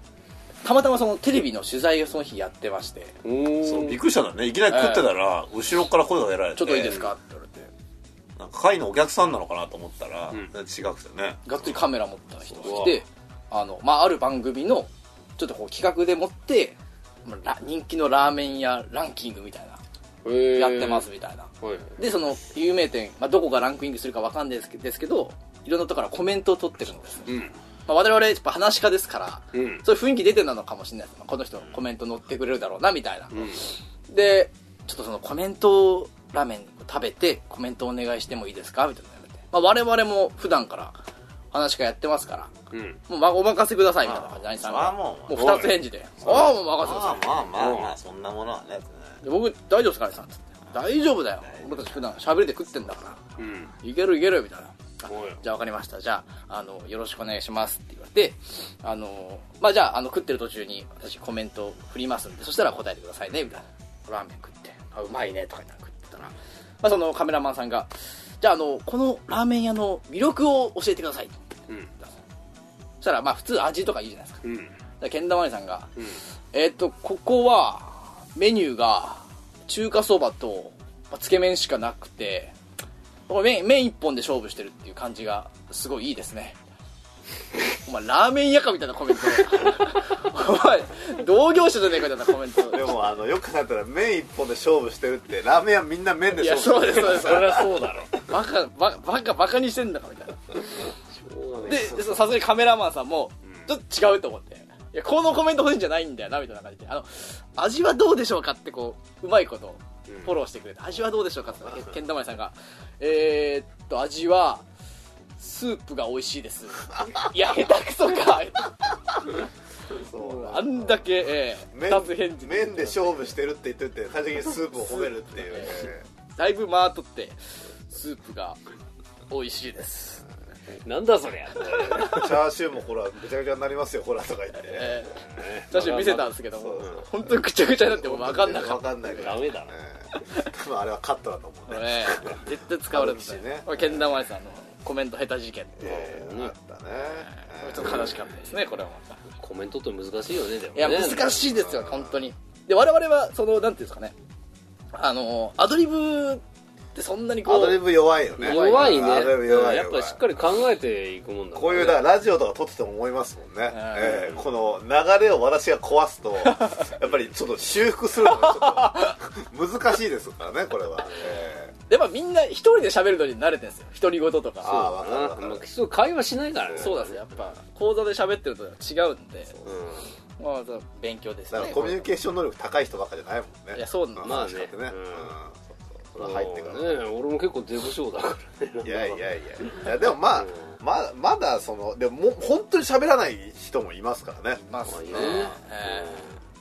Speaker 5: たまたまそのテレビの取材をその日やってまして
Speaker 1: お
Speaker 2: そうびっ
Speaker 1: ー
Speaker 2: くりしたんだねいきなり食ってたら後ろから声が出られて
Speaker 5: ちょっといいですかって言われて
Speaker 2: なんか会のお客さんなのかなと思ったら、
Speaker 1: うん
Speaker 2: 違くてね
Speaker 5: がっつりカメラ持った人が
Speaker 1: うわ
Speaker 5: 来てあの、まあ、ある番組のちょっとこう企画でもって、まあ、ラ人気のラーメン屋ランキングみたい
Speaker 1: へー
Speaker 5: なやってますみたいな
Speaker 1: はい
Speaker 5: でその有名店、まあ、どこがランクインするかわかんないですけですけどいろんなところからコメントを取ってるんです、
Speaker 1: うん
Speaker 5: まあ、我々やっぱ話し家ですから、
Speaker 1: うん
Speaker 5: そういう雰囲気出てるのかもしれないです、まあこの人コメント乗ってくれるだろうなみたいな、
Speaker 1: うん
Speaker 5: でちょっとそのコメントをラーメン食べてコメントお願いしてもいいですかみたいなのやめて、まあ、我々も普段から話がやってますから
Speaker 1: うん
Speaker 5: もうまお任せくださいみたいな感じで兄さんが
Speaker 2: あもう
Speaker 5: もう2つ返事で「ああもう任せてくださ
Speaker 2: まあ
Speaker 5: い
Speaker 2: まあまあ、まあ、そんなものはね
Speaker 5: で僕大丈夫ですか兄さん」っつって「大丈夫だよ俺たち普段喋りで食ってんだから
Speaker 1: うん
Speaker 5: いけるいける」みたいな「あ
Speaker 1: おい
Speaker 5: じゃあ分かりましたじゃああのよろしくお願いします」って言われてあの、まあ、じゃああの食ってる途中に私コメント振りますんでそしたら答えてくださいねみたいなラーメン食って「あうまいね」とか言って食ってたら、まあ、そのカメラマンさんが「じゃああのこのラーメン屋の魅力を教えてください」
Speaker 1: うん
Speaker 5: そしたらまあ普通味とか言うじゃないですか
Speaker 1: うん
Speaker 5: だからけん玉兄さんが
Speaker 1: うん
Speaker 5: えっ、と、ここは、メニューが、中華そばと、まあつけ麺しかなくて、これ麺、麺一本で勝負してるっていう感じが、すごいいいで
Speaker 1: [laughs]
Speaker 5: すね。お前、ラーメン屋かみたいなコメント。お前、同業者じゃねえかみたいなコメント。
Speaker 1: [laughs]
Speaker 9: でもあのよくなったら麺一本で勝負してるってラーメン屋みんな麺で
Speaker 5: いや、
Speaker 9: 勝負
Speaker 5: そうです、そうです
Speaker 1: そ。りゃそうだろ
Speaker 5: バカ、バカ、バカ、バカにしてんだかみたいな。
Speaker 1: そうだ
Speaker 5: で
Speaker 1: ね、
Speaker 5: でそのさすがにカメラマンさんも、ちょっと違うと思って。いや、このコメント欲しいんじゃないんだよな、みたいな感じで。あの、味はどうでしょうかって、こう、うまいこと、フォローしてくれて、味はどうでしょうかって言ったら、けん玉屋さんが、えー、っと、味は、スープが美味しい [laughs] です。いや、下手くそか。
Speaker 9: そう
Speaker 5: あんだけ、えー、
Speaker 9: 麺
Speaker 5: 二つ返事。
Speaker 9: 麺で勝負してるって言ってて最終的にスープを褒めるっていうね
Speaker 5: だいぶ回っとって、スープが美味しいです。
Speaker 1: なんだそりゃ
Speaker 9: チャーシューもほらぐちゃぐちゃになりますよほらとか言ってね
Speaker 5: えー、写真見せたんですけど
Speaker 9: そ
Speaker 5: も
Speaker 9: うそう、
Speaker 5: 本当にぐちゃぐちゃになっても分かんなかった
Speaker 9: 分。かんないから
Speaker 1: ダメだな
Speaker 9: うん多分あれはカットだと思うね
Speaker 5: ね絶対使われるんだ
Speaker 9: あるしね
Speaker 5: よこれけん玉屋さんのコメント下手事件って
Speaker 9: えーあったね
Speaker 5: ちょっと悲しかったですねこれはまた
Speaker 1: コメントって難しいよねでも
Speaker 5: い
Speaker 1: ね
Speaker 5: や難しいですよ本当にで我々はそのなんていうんですかねあのアドリブってそんなにこ
Speaker 9: アドリ
Speaker 5: う
Speaker 9: ブ弱いよね
Speaker 1: 弱いね
Speaker 9: アドリブ弱い
Speaker 1: やっぱしっかり考えていくもんだね
Speaker 9: こういうだからラジオとか撮ってても思いますもんね、ええこの流れを私が壊すとやっぱりちょっと修復するのがちょっと難しいですからねこれは、え
Speaker 5: でもみんな一人で喋るのに慣れてるんですよ独り言と
Speaker 9: ああ
Speaker 5: か
Speaker 9: わかるわかる
Speaker 1: まあそう会話しないからね
Speaker 5: そうなんですよやっぱ講座で喋ってると違うんで
Speaker 1: う
Speaker 5: まあそう勉強です
Speaker 9: えだか
Speaker 5: ね
Speaker 9: らコミュニケーション能力高い人ばっかじゃないもんね
Speaker 5: いやそうなんです
Speaker 1: まあね
Speaker 9: そうですね、
Speaker 1: う
Speaker 9: う
Speaker 1: ん
Speaker 9: んそうそうそれは
Speaker 1: ん
Speaker 9: 入ってから、
Speaker 1: ね俺も結構デブ症だからね
Speaker 2: [laughs]
Speaker 9: いやいやいやいやでもまあまだまだそのでももう本当に喋らない人もいますからね
Speaker 5: まあそうねえ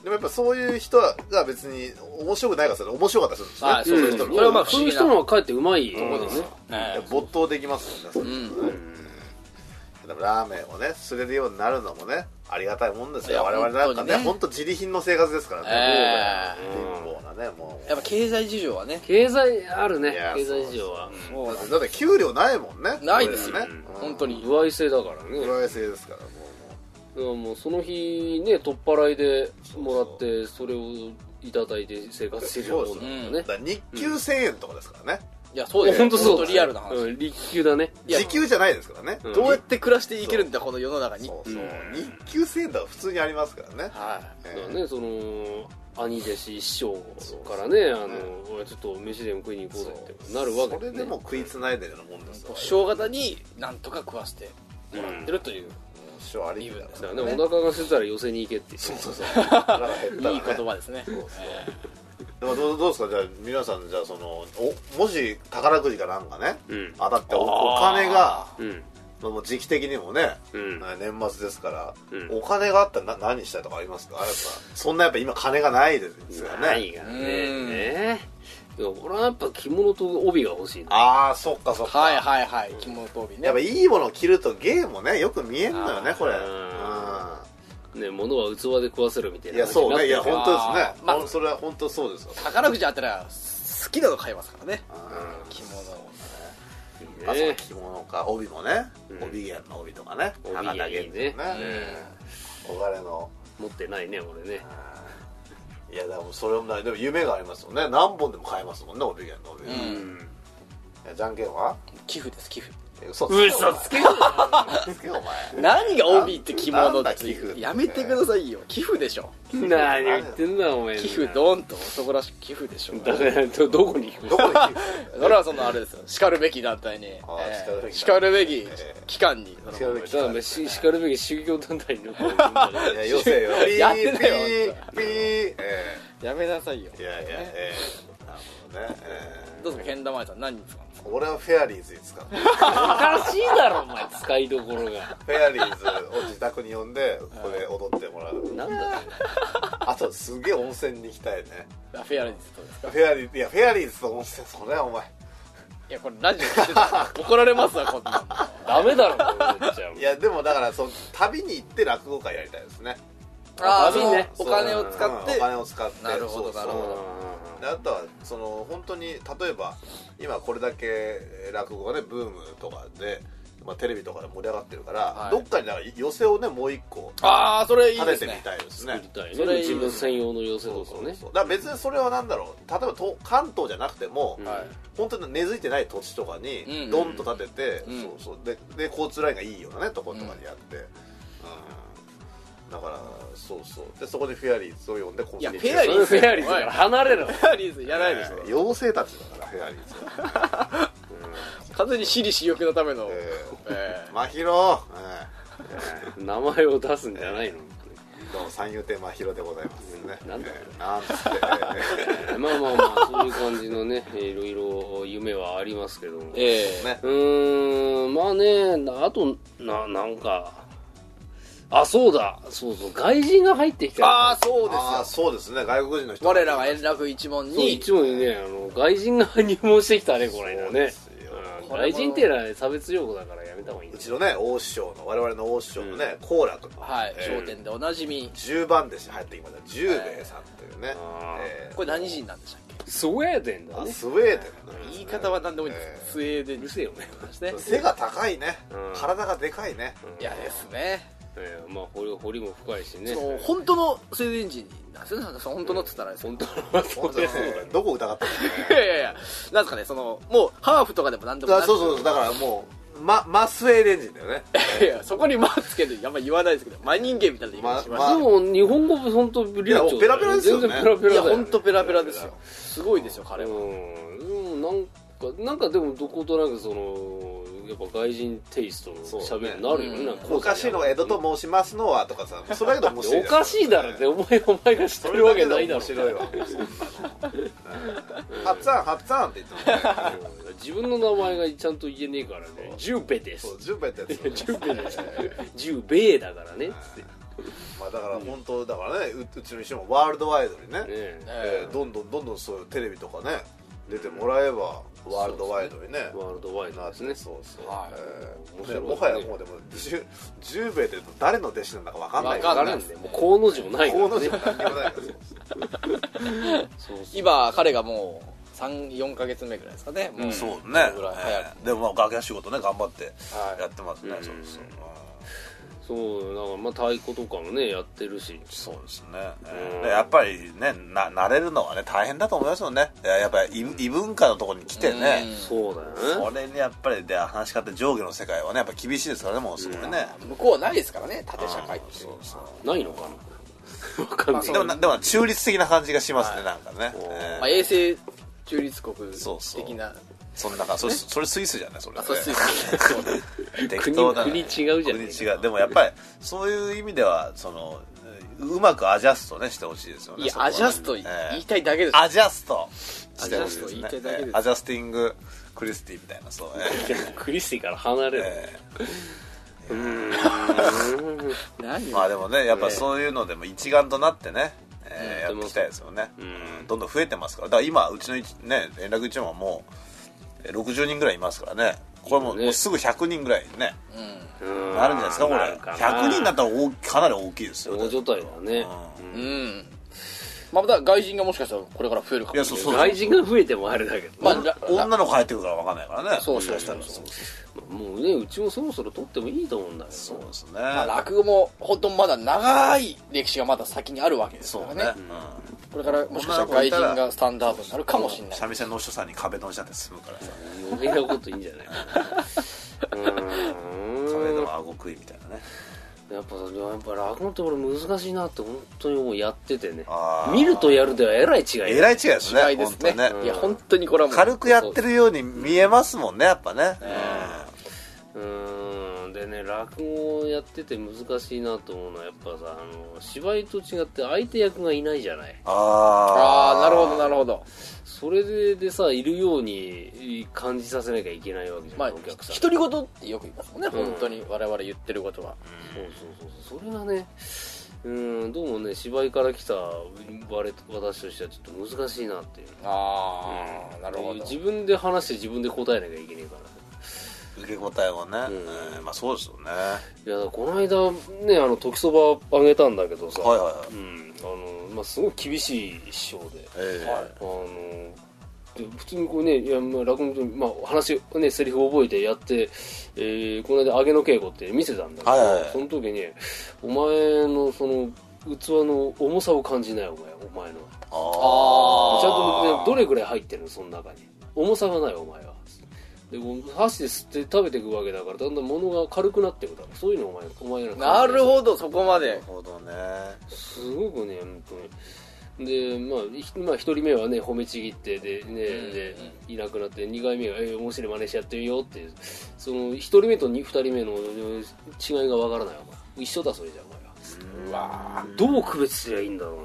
Speaker 9: でもやっぱそういう人はが別に面白くないからそれ面白かったりするんですね、
Speaker 5: はいそう
Speaker 9: い
Speaker 5: そう
Speaker 9: 人
Speaker 5: う
Speaker 9: も
Speaker 5: ん
Speaker 1: それはまあそういう人の方がかえってうまいとこ
Speaker 9: う
Speaker 1: ろ
Speaker 9: ん
Speaker 1: だね
Speaker 5: え
Speaker 9: 没頭できますもんね、それ
Speaker 5: うん
Speaker 9: で
Speaker 2: でもラーメンをねすれるようになるのもねありがたいもんです
Speaker 5: いや
Speaker 2: よ我々なんかね
Speaker 5: 本当にね
Speaker 2: 本当自利品の生活ですからね、
Speaker 5: え
Speaker 2: 貧乏なねもう
Speaker 5: えやっぱ経済事情はね
Speaker 1: 経済あるね
Speaker 2: いや
Speaker 1: 経済事情は
Speaker 5: もう
Speaker 2: だって給料ないもんね
Speaker 5: ないですよ
Speaker 2: これね
Speaker 5: 本当に
Speaker 1: 不合制だからね
Speaker 2: プロレスですからも
Speaker 1: だからもうその日ね取っ払いでもらってそれをいただいて生活してるようなもんだ
Speaker 2: うだ
Speaker 1: か
Speaker 2: から日給1000円とかですからね、
Speaker 5: いやそう
Speaker 1: らね本
Speaker 5: です
Speaker 1: 当そう
Speaker 5: 本当リアルな話、
Speaker 1: うん立球だね
Speaker 5: いや
Speaker 2: 時給じゃないですからね、
Speaker 1: うん
Speaker 5: どうやって暮らしていけるんだこの世の中に
Speaker 2: そうそう、日給1000円だと普通にありますからね、
Speaker 5: はい
Speaker 1: だ
Speaker 2: え
Speaker 1: か
Speaker 2: え
Speaker 1: らねその兄弟子師匠からねあの俺ちょっと飯でも食いに行こうぜってなるわけ
Speaker 2: それでも食いつないでるようなもんですよ
Speaker 5: 正月になんとか食わせてもらってるという、
Speaker 2: 師匠ありきだ
Speaker 1: だからねお腹が空いたら寄せに行けってそうそうそう
Speaker 5: いい言葉ですねえ
Speaker 2: でもどうどうですかじゃあ皆さんじゃあそのおもし宝くじかなんかね、
Speaker 1: うん
Speaker 2: 当たっておお金が
Speaker 1: うん
Speaker 2: まあもう時期的にもね、
Speaker 1: うん
Speaker 2: 年末ですから、
Speaker 1: うん
Speaker 2: お金があったらな何したいとかありますかやっぱそんなやっぱ今金がないですよね
Speaker 1: ないがね
Speaker 5: うん
Speaker 1: ねいや俺はやっぱ着物と帯が欲しいな
Speaker 2: ああそっかそっ
Speaker 5: ー
Speaker 2: か、
Speaker 5: はいはいはい着物と帯ね
Speaker 2: やっぱいいものを着ると芸もねよく見えんのよねこれ
Speaker 1: あね物は器で食わせるみたい
Speaker 2: うん
Speaker 1: ない
Speaker 2: やそうねいや
Speaker 1: 話にな
Speaker 2: 本
Speaker 1: って
Speaker 2: 当ですね、
Speaker 5: まあ
Speaker 2: ほんそれは本当そうですよ
Speaker 5: 宝くじ当たら好きなの買いますからね着物を
Speaker 1: るから
Speaker 2: あその
Speaker 1: ね
Speaker 2: 着物か帯もね、
Speaker 1: うん
Speaker 2: 帯芸の帯とかね
Speaker 1: 帯
Speaker 2: 花田
Speaker 1: い
Speaker 2: 源
Speaker 1: い
Speaker 2: 氏
Speaker 1: ね
Speaker 2: のねうんお金の
Speaker 1: 持ってないね俺ね
Speaker 2: いやでもそれもないでも夢がありますよね何本でも買えますもんね帯芸の帯、
Speaker 5: ん
Speaker 2: いうやじゃんけんは
Speaker 5: 寄付です寄付
Speaker 2: え嘘つ
Speaker 1: 嘘つけよ
Speaker 2: 嘘つけお前
Speaker 5: 何が帯って着物
Speaker 2: な
Speaker 5: だ
Speaker 2: んだ寄付って
Speaker 5: やめてくださいよ寄付でしょ
Speaker 1: 何言ってんだお前
Speaker 5: 寄付ドンと男らしく寄付でしょ
Speaker 1: だからどどこに行く
Speaker 2: どこに寄付
Speaker 5: それはそのあれですよしかるべき団体にえ
Speaker 2: あー
Speaker 5: ーし
Speaker 2: しか
Speaker 5: かるべき
Speaker 2: えー
Speaker 5: 機関にその
Speaker 2: 違うべき
Speaker 1: だからししかるべき宗教団体のこう
Speaker 2: いやよせよピ
Speaker 5: や
Speaker 2: ー
Speaker 5: っ
Speaker 2: ピ
Speaker 5: て
Speaker 2: ー
Speaker 5: たよ
Speaker 2: ピーえ
Speaker 5: やめなさいよ
Speaker 2: えいやいやええなるほどねえ
Speaker 5: どうですかけん玉屋さん何に使う
Speaker 2: え俺はフェアリーズに使う
Speaker 1: おかしいだろお前使いどころが
Speaker 2: フェアリーズを自宅に呼んでここで踊ってもらう
Speaker 1: なんだ
Speaker 2: あとすげえ温泉に行きたいね
Speaker 5: のあフェアリーズとです
Speaker 2: フ
Speaker 5: か
Speaker 2: ェアリーいやフェアリーズと温泉それはお前
Speaker 5: いやこれラジオ聞いてたら怒られますわ [laughs] こんなの
Speaker 1: ダメだろ俺じゃあ
Speaker 2: いやでもだからその旅に行って落語会やりたいですね
Speaker 5: あー
Speaker 1: 悪いね
Speaker 5: そのお金を使っ
Speaker 2: うんお
Speaker 5: て
Speaker 2: 金を使って
Speaker 5: なるほ
Speaker 2: そ
Speaker 5: ど
Speaker 2: う
Speaker 5: なるほ
Speaker 2: そうであとはその本当に例えば今これだけ落語がねブームとかで、まあ、テレビとかで盛り上がってるから、
Speaker 5: はい
Speaker 2: どっかになんか寄せをねもう一個
Speaker 5: ああそれいい
Speaker 2: 食
Speaker 5: で
Speaker 2: べ
Speaker 5: す
Speaker 2: てみ
Speaker 5: ね
Speaker 2: たいですね
Speaker 1: 作りたい
Speaker 5: そ
Speaker 1: ね
Speaker 5: れいい
Speaker 1: 自分専用の寄せ
Speaker 2: そ
Speaker 1: と
Speaker 2: う
Speaker 1: か
Speaker 2: そ
Speaker 1: を
Speaker 2: う
Speaker 1: ね
Speaker 2: そうだから別にそれは何だろう例えばと関東じゃなくても、
Speaker 1: うん
Speaker 5: はい
Speaker 2: 本当に根付いてない土地とか
Speaker 5: うんうんう
Speaker 2: に
Speaker 5: ん
Speaker 2: ドンと建てて、
Speaker 5: うん
Speaker 2: そうそうでで交通ラインがいいようなねとことかにやって、うんだからそうそうでそこでフェアリーズを呼んでコン
Speaker 5: いや
Speaker 2: ビニ
Speaker 5: フェアリーズ
Speaker 1: フェアリーズから離れろ
Speaker 5: フェアリーズやらないでしょ
Speaker 2: えー妖精たちだからフェアリーズは
Speaker 5: 完全に私利私欲のための
Speaker 2: え
Speaker 5: え
Speaker 2: ー、真宙、
Speaker 1: 名前を出すんじゃないの
Speaker 2: えー、どうも三遊亭真宙でございますね
Speaker 1: なんだ
Speaker 2: えーなんつって、
Speaker 1: まあまあまあそういう感じのね [laughs] いろいろ夢はありますけども
Speaker 5: えええ
Speaker 2: ね
Speaker 1: うーんまあねなあとななんかあそうだそうそう外人が入ってきた
Speaker 5: ああそうです
Speaker 2: ああ
Speaker 5: よ
Speaker 2: そうですね外国人の人
Speaker 5: 我らが円楽一門
Speaker 1: そう
Speaker 5: に
Speaker 1: 一応ねあの外人が入門してきたねこの間
Speaker 2: そう
Speaker 1: ね
Speaker 2: ですよ
Speaker 1: うん
Speaker 5: これも
Speaker 1: 外人っていうのはね差別用語だからやめた方がいいん
Speaker 2: う
Speaker 1: だ
Speaker 2: ちのね大師匠の我々の大師匠のね好、楽の、
Speaker 5: はい
Speaker 2: えー
Speaker 5: 『笑点』でおなじみ
Speaker 2: 十番弟子入ってきました十兵衛さんというね、
Speaker 1: あー
Speaker 2: えー
Speaker 5: これ何人なんでしたっけ
Speaker 1: スウェーデンだ
Speaker 2: あ
Speaker 1: ね
Speaker 2: スウェーデンなんですね
Speaker 5: 言い方は何でもいいんですスウェーデン
Speaker 1: うるせえよね、
Speaker 5: ですね
Speaker 2: 背が高いね、
Speaker 1: うん
Speaker 2: 体がでかいね、
Speaker 5: いやですね
Speaker 1: えーまあ掘り掘りも深いしね
Speaker 5: その本当のスウェーデン人なんですよねなんかその本当のって言ったらあれですけ
Speaker 1: 本当はそうだよ
Speaker 2: 本当にどこ疑って
Speaker 5: どいやいやいやなんですかねそのもうハーフとかでも何で
Speaker 2: る
Speaker 5: も
Speaker 2: の
Speaker 5: な
Speaker 2: あ
Speaker 5: く
Speaker 2: そうそうそうだからもう、ま、マスウェーデン人だよね
Speaker 5: いやいやそこに「マ」つけてあんま言わないですけど真人間みたいな言い方しまし
Speaker 2: ま
Speaker 1: でも日本語も本当流暢だよ
Speaker 2: いやペラペラですよね
Speaker 1: 全然ペラペ
Speaker 5: たいや
Speaker 1: ラだよ
Speaker 5: 本当ペラペラですよすごいですよ彼は
Speaker 1: うんでもなんかなんかでもどことなくそのやっぱ外人テイストの喋りになるよ
Speaker 5: そう
Speaker 1: ね
Speaker 5: ね
Speaker 1: なんか
Speaker 2: おかしいの江戸と申しますのはとかさそれだけど面白い
Speaker 1: おかしいだろってお前お前が知って
Speaker 2: そ
Speaker 1: る
Speaker 2: れ
Speaker 1: わ
Speaker 2: だ
Speaker 1: け
Speaker 2: け
Speaker 1: な
Speaker 2: で
Speaker 1: いだろ
Speaker 2: 面白いわハッツァンハッツァンって言ってもね
Speaker 1: うん自分の名前がちゃんと言えねえからねジューベです
Speaker 2: そう
Speaker 1: [laughs]
Speaker 2: 十兵衛ってやつ
Speaker 1: ジューベですジューベだからねつってね
Speaker 2: まあだから本当だからねううちの石もワールドワイドにね
Speaker 1: え
Speaker 2: えーどんどんどんどんそういうテレビとかね出てもらえば
Speaker 9: ワールドワイドにね
Speaker 1: ワールドワイド
Speaker 9: な
Speaker 1: で
Speaker 9: っ
Speaker 1: す
Speaker 9: て
Speaker 1: ね
Speaker 9: そうそう、
Speaker 5: はい
Speaker 9: えー
Speaker 1: 面白いね
Speaker 9: もはやもうでも 10, 10名で言うと誰の弟子なんだか分かんない
Speaker 5: わか
Speaker 1: あ
Speaker 5: んな
Speaker 1: る
Speaker 5: い
Speaker 1: んでもうコウの字もないか
Speaker 9: こ
Speaker 1: らね
Speaker 9: うの字も何にもないからそう
Speaker 1: そうそう
Speaker 5: 今彼がもう34か月目ぐらいですかねもう、
Speaker 2: そうね、
Speaker 5: ぐらい早く
Speaker 2: えーでもまあ楽屋仕事ね頑張って
Speaker 5: はい
Speaker 2: やってますね、
Speaker 1: うん
Speaker 2: そう
Speaker 1: そ
Speaker 2: そう
Speaker 1: うだからまあ太鼓とかもねやってるし
Speaker 2: そうですね、
Speaker 1: うん
Speaker 2: でやっぱりねな慣れるのはね大変だと思いますよねいややっぱり異異文化のところに来てね、
Speaker 1: そうだよね
Speaker 2: それにやっぱりで話し方上下の世界はねやっぱ厳しいですからねもうすごいね、
Speaker 5: 向こうはないですからね縦社会っていう
Speaker 2: そうそう
Speaker 1: ないのかなわかんないけ
Speaker 2: で
Speaker 1: ど
Speaker 2: もなでも中立的な感じがしますね、なんかね、えー
Speaker 5: まあ、衛星中立国
Speaker 2: そうそう
Speaker 5: 的な
Speaker 2: そんな感じそれそれスイスじゃないそれ、ね、
Speaker 5: そうスイス
Speaker 2: 適当だ、ね、
Speaker 1: 国国違うじゃねえか
Speaker 2: 国違うでもやっぱりそういう意味ではそのうまくアジャストねしてほしいですよね
Speaker 5: いや
Speaker 2: そこは
Speaker 5: ア
Speaker 2: ね
Speaker 5: ジャスト言
Speaker 2: ええ
Speaker 5: いたいだけです
Speaker 2: アジャストしてほしいです
Speaker 5: アジャスト言い
Speaker 2: ね
Speaker 5: たいだけです
Speaker 2: ええアジャスティングクリスティみたいなそうえ
Speaker 1: クリスティから離れ
Speaker 2: え
Speaker 1: る、
Speaker 2: え
Speaker 5: 何
Speaker 2: えまあでもねやっぱそういうのでも一丸となってね、ええ
Speaker 1: うん
Speaker 2: やっていきたいですよね、
Speaker 1: うん
Speaker 2: どんどん増えてますからだから今うちの一ね連絡一門はもうえ60人ぐらいいますからねこれも
Speaker 1: ね
Speaker 2: もうすぐ100人ぐらいね
Speaker 1: うん
Speaker 2: なるんじゃないですかこれ
Speaker 1: なるかな
Speaker 2: 100人だったら大きかなり大きいですよね
Speaker 1: 大所帯だね
Speaker 5: うん、まあまた外人がもしかしたらこれから増えるかも
Speaker 2: いやそうそう
Speaker 1: 外人が増えてもあれだけど、
Speaker 5: まあ
Speaker 1: ま
Speaker 5: ら
Speaker 2: 女の子入ってくるから分かんないからね
Speaker 5: そうそうそう
Speaker 2: うんそう
Speaker 1: あもうねうちもそろそろ取ってもいいと思うんだけど
Speaker 2: そうですね、
Speaker 5: まあ落語も本当まだ長い歴史がまだ先にあるわけです
Speaker 2: そ
Speaker 5: から
Speaker 2: う
Speaker 5: ね
Speaker 2: ね、
Speaker 5: これからもしかしたら外人がスタンダードになるかもしれ
Speaker 2: うん、
Speaker 5: ない
Speaker 2: 三味線のお師匠さんに壁ドンしちゃって済むからさ
Speaker 1: 余計なこといいんじゃないかなう
Speaker 2: 壁
Speaker 1: ー
Speaker 2: ド
Speaker 1: ん
Speaker 2: ン顎食いみたいなね
Speaker 1: やっぱそれはやっぱ落語って俺難しいなって本当に思うやっててね
Speaker 2: あー
Speaker 1: 見るとやるではえらい違い
Speaker 2: えらい違いですね
Speaker 5: 違いですね
Speaker 2: 本当
Speaker 5: いや本当にこれはもう
Speaker 2: 軽くやってるように見えますもんねやっぱね、
Speaker 1: うーんでね落語をやってて難しいなと思うのはやっぱさあの芝居と違って相手役がいないじゃない
Speaker 2: あ
Speaker 5: あ
Speaker 2: あ
Speaker 5: あなるほどなるほど
Speaker 1: それででさいるように感じさせなきゃいけないわけじゃん、
Speaker 5: まあ
Speaker 1: お客さん
Speaker 5: 独り言ってよく言いますもんね、本当に我々言ってることは
Speaker 1: そうそうそうそうそれがねうんどうもね芝居から来た我私としてはちょっと難しいなっていう
Speaker 5: ああ、なるほど
Speaker 1: 自分で話して自分で答えなきゃいけないから
Speaker 2: 受け答えもね、
Speaker 1: うん
Speaker 2: えーまあそうですよねはい
Speaker 1: やだからこの間ねあの時そばあげたんだけどさ、
Speaker 2: いはいはい
Speaker 1: うんあのまあ、すごい厳しい師匠で
Speaker 2: ええ
Speaker 1: あので普通にこうねいや、まあ、落語と、まあ、話をねセリフを覚えてやって、えーこの間「上げの稽古」って見せたんだけど、
Speaker 2: はいはいはい
Speaker 1: その時に「お前のその器の重さを感じないお前お前のは
Speaker 2: あー
Speaker 5: あ
Speaker 1: ちゃんと、ね、どれぐらい入ってるのその中に重さがないお前は」でこう箸で吸って食べていくわけだからだんだん物が軽くなっていくだろそういうのをお前お前の
Speaker 5: なる
Speaker 1: ど
Speaker 5: ほどそこま
Speaker 2: な
Speaker 5: で
Speaker 2: るほどね
Speaker 1: すごくね本当にでまあひまあ、一人目はね褒めちぎってで,、ね
Speaker 5: ん
Speaker 1: でいなくなって二回目が「え面白い真似しちゃってるよ」ってその一人目と二二人目のえー違いがわからないお前一緒だそれじゃ
Speaker 5: うわ
Speaker 1: お前はどう区別すりゃいいんだろうな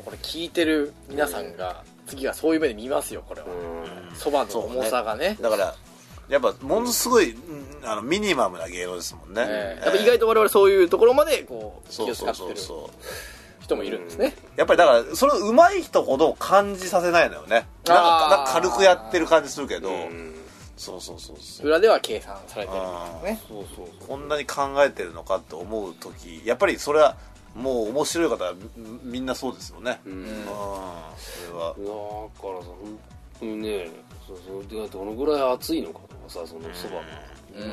Speaker 5: ーこれ聞いてる皆さんが次はそういう目で見ますよこれは
Speaker 1: と
Speaker 5: そばの重さがね
Speaker 2: だからやっぱものすごい、うんあのミニマムな芸能ですもんね、
Speaker 5: ええやっぱ意外と我々そういうところまでこう気
Speaker 2: そう
Speaker 5: を使
Speaker 2: そう
Speaker 5: って
Speaker 2: そうそ
Speaker 5: る
Speaker 2: う
Speaker 5: 人もいるんですね
Speaker 2: やっぱりだからその上手い人ほど感じさせないのよねなん
Speaker 5: あ
Speaker 2: か
Speaker 5: ー
Speaker 2: なんか軽くやってる感じするけど、
Speaker 1: うん
Speaker 2: そうそうそうそう
Speaker 5: 裏では計算されてる
Speaker 2: あ
Speaker 5: ね
Speaker 1: そうそう
Speaker 2: ーこんなに考えてるのかって思う時やっぱりそれはもう面白い方はみみんなそうですよね
Speaker 1: うん
Speaker 2: うんそれはい
Speaker 1: やーだからさ本当にねそうそうでどのぐらい暑いのかとかさそのそばが、ま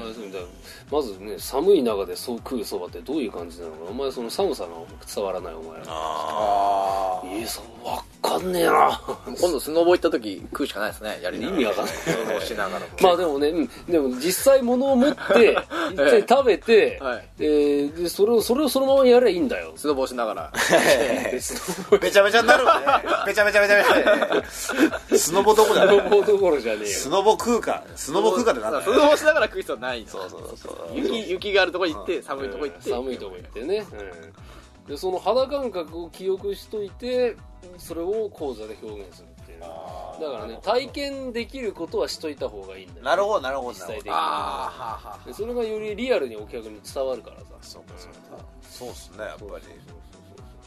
Speaker 1: あそうだからまずね寒い中でそう食うそばってどういう感じなのかお前その寒さが伝わらないお前ら
Speaker 2: あ
Speaker 5: あ
Speaker 1: えー、そうわかんねえな
Speaker 5: あ今度スノボ行った時食うしかないですねやりな
Speaker 1: 意
Speaker 5: がら
Speaker 1: 味わかんない
Speaker 5: スノボしながら
Speaker 1: まあでもね、うん、でも実際物を持 [laughs] って一回食べて、
Speaker 5: はい
Speaker 1: えーでそれをそれをそのままやればいいんだよ
Speaker 5: スノボしながら
Speaker 2: ーべちゃべちゃになるわねべちゃべちゃべちゃべちゃスノボどこだ
Speaker 1: 泥
Speaker 2: ね
Speaker 1: 棒どころじゃねえよ
Speaker 2: スノボ空間スノボ空間ってなんだ
Speaker 5: ス
Speaker 2: よ
Speaker 5: ノボしながら食う人はないの
Speaker 2: そうそうそう
Speaker 5: 雪雪があるとこ行って寒いとこ行って
Speaker 1: 寒いとこ行ってね、うんでその肌感覚を記憶しといてそれを講座で表現するっていうだからね体験できることはしといた方がいいんだよ
Speaker 2: なるほどなるほど
Speaker 1: 実
Speaker 2: な
Speaker 1: 際で
Speaker 2: るほ
Speaker 1: き
Speaker 2: ど
Speaker 1: る
Speaker 5: ああはあはあ
Speaker 1: でそれがよりリアルにお客に伝わるからさ
Speaker 2: そうかそうかそうっすねやっぱり
Speaker 1: そうそうそう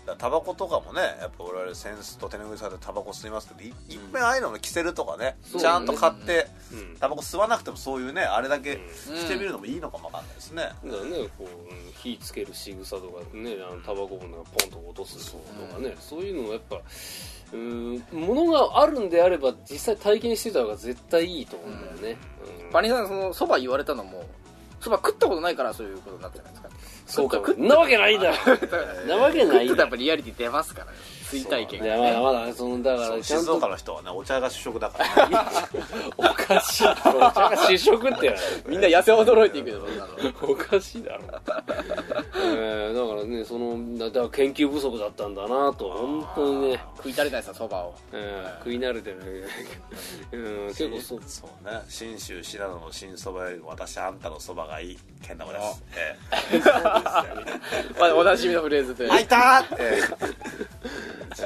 Speaker 2: だからタバコとかもねやっぱ我々センスと手拭いされてタバコ吸いますけどいいっぺんああいうのも着せるとかね、
Speaker 1: そうね
Speaker 2: ちゃんと買って、
Speaker 1: うん
Speaker 2: タバコ吸わなくてもそういうねあれだけ
Speaker 1: う
Speaker 2: 着てみるのもいいのかもわかんないですね、
Speaker 1: だからねこううん火つける仕草とかねあのタバコ分がポンと落とすとかね、そういうのはやっぱうんものがあるんであれば実際体験してた方が絶対いいと思うんだよね、うん
Speaker 5: バニーさんそのそば言われたのもそば食ったことないからそういうことになったじゃないですか
Speaker 1: そうか
Speaker 5: 食っ
Speaker 1: んなわけないだろなわけ
Speaker 5: 食
Speaker 1: な
Speaker 5: っ
Speaker 1: い
Speaker 5: てたらや
Speaker 1: だ
Speaker 5: っ
Speaker 1: ろ
Speaker 5: ぱリアリティ出ますからね追体験
Speaker 1: い
Speaker 5: が
Speaker 1: や
Speaker 5: ね
Speaker 1: まだまだそのだからちゃん
Speaker 2: 静
Speaker 1: と
Speaker 2: 岡の人はねお茶が主食だから、ね、
Speaker 1: おかしいだろお茶が主食ってやる
Speaker 5: みんな痩せ驚いていくよそんなの
Speaker 1: おかしいだろ、えーだからねそのだだから研究不足だったんだなと本当にね、
Speaker 5: 食い足りないさそばを
Speaker 1: えー食い慣れてない [laughs] けど、うん、結構そう
Speaker 2: そうね信州信濃の新そばよりも私あんたのそばがいいけん玉です、え
Speaker 5: まあおなじみのフレーズで
Speaker 2: え、開いたーって、え
Speaker 1: え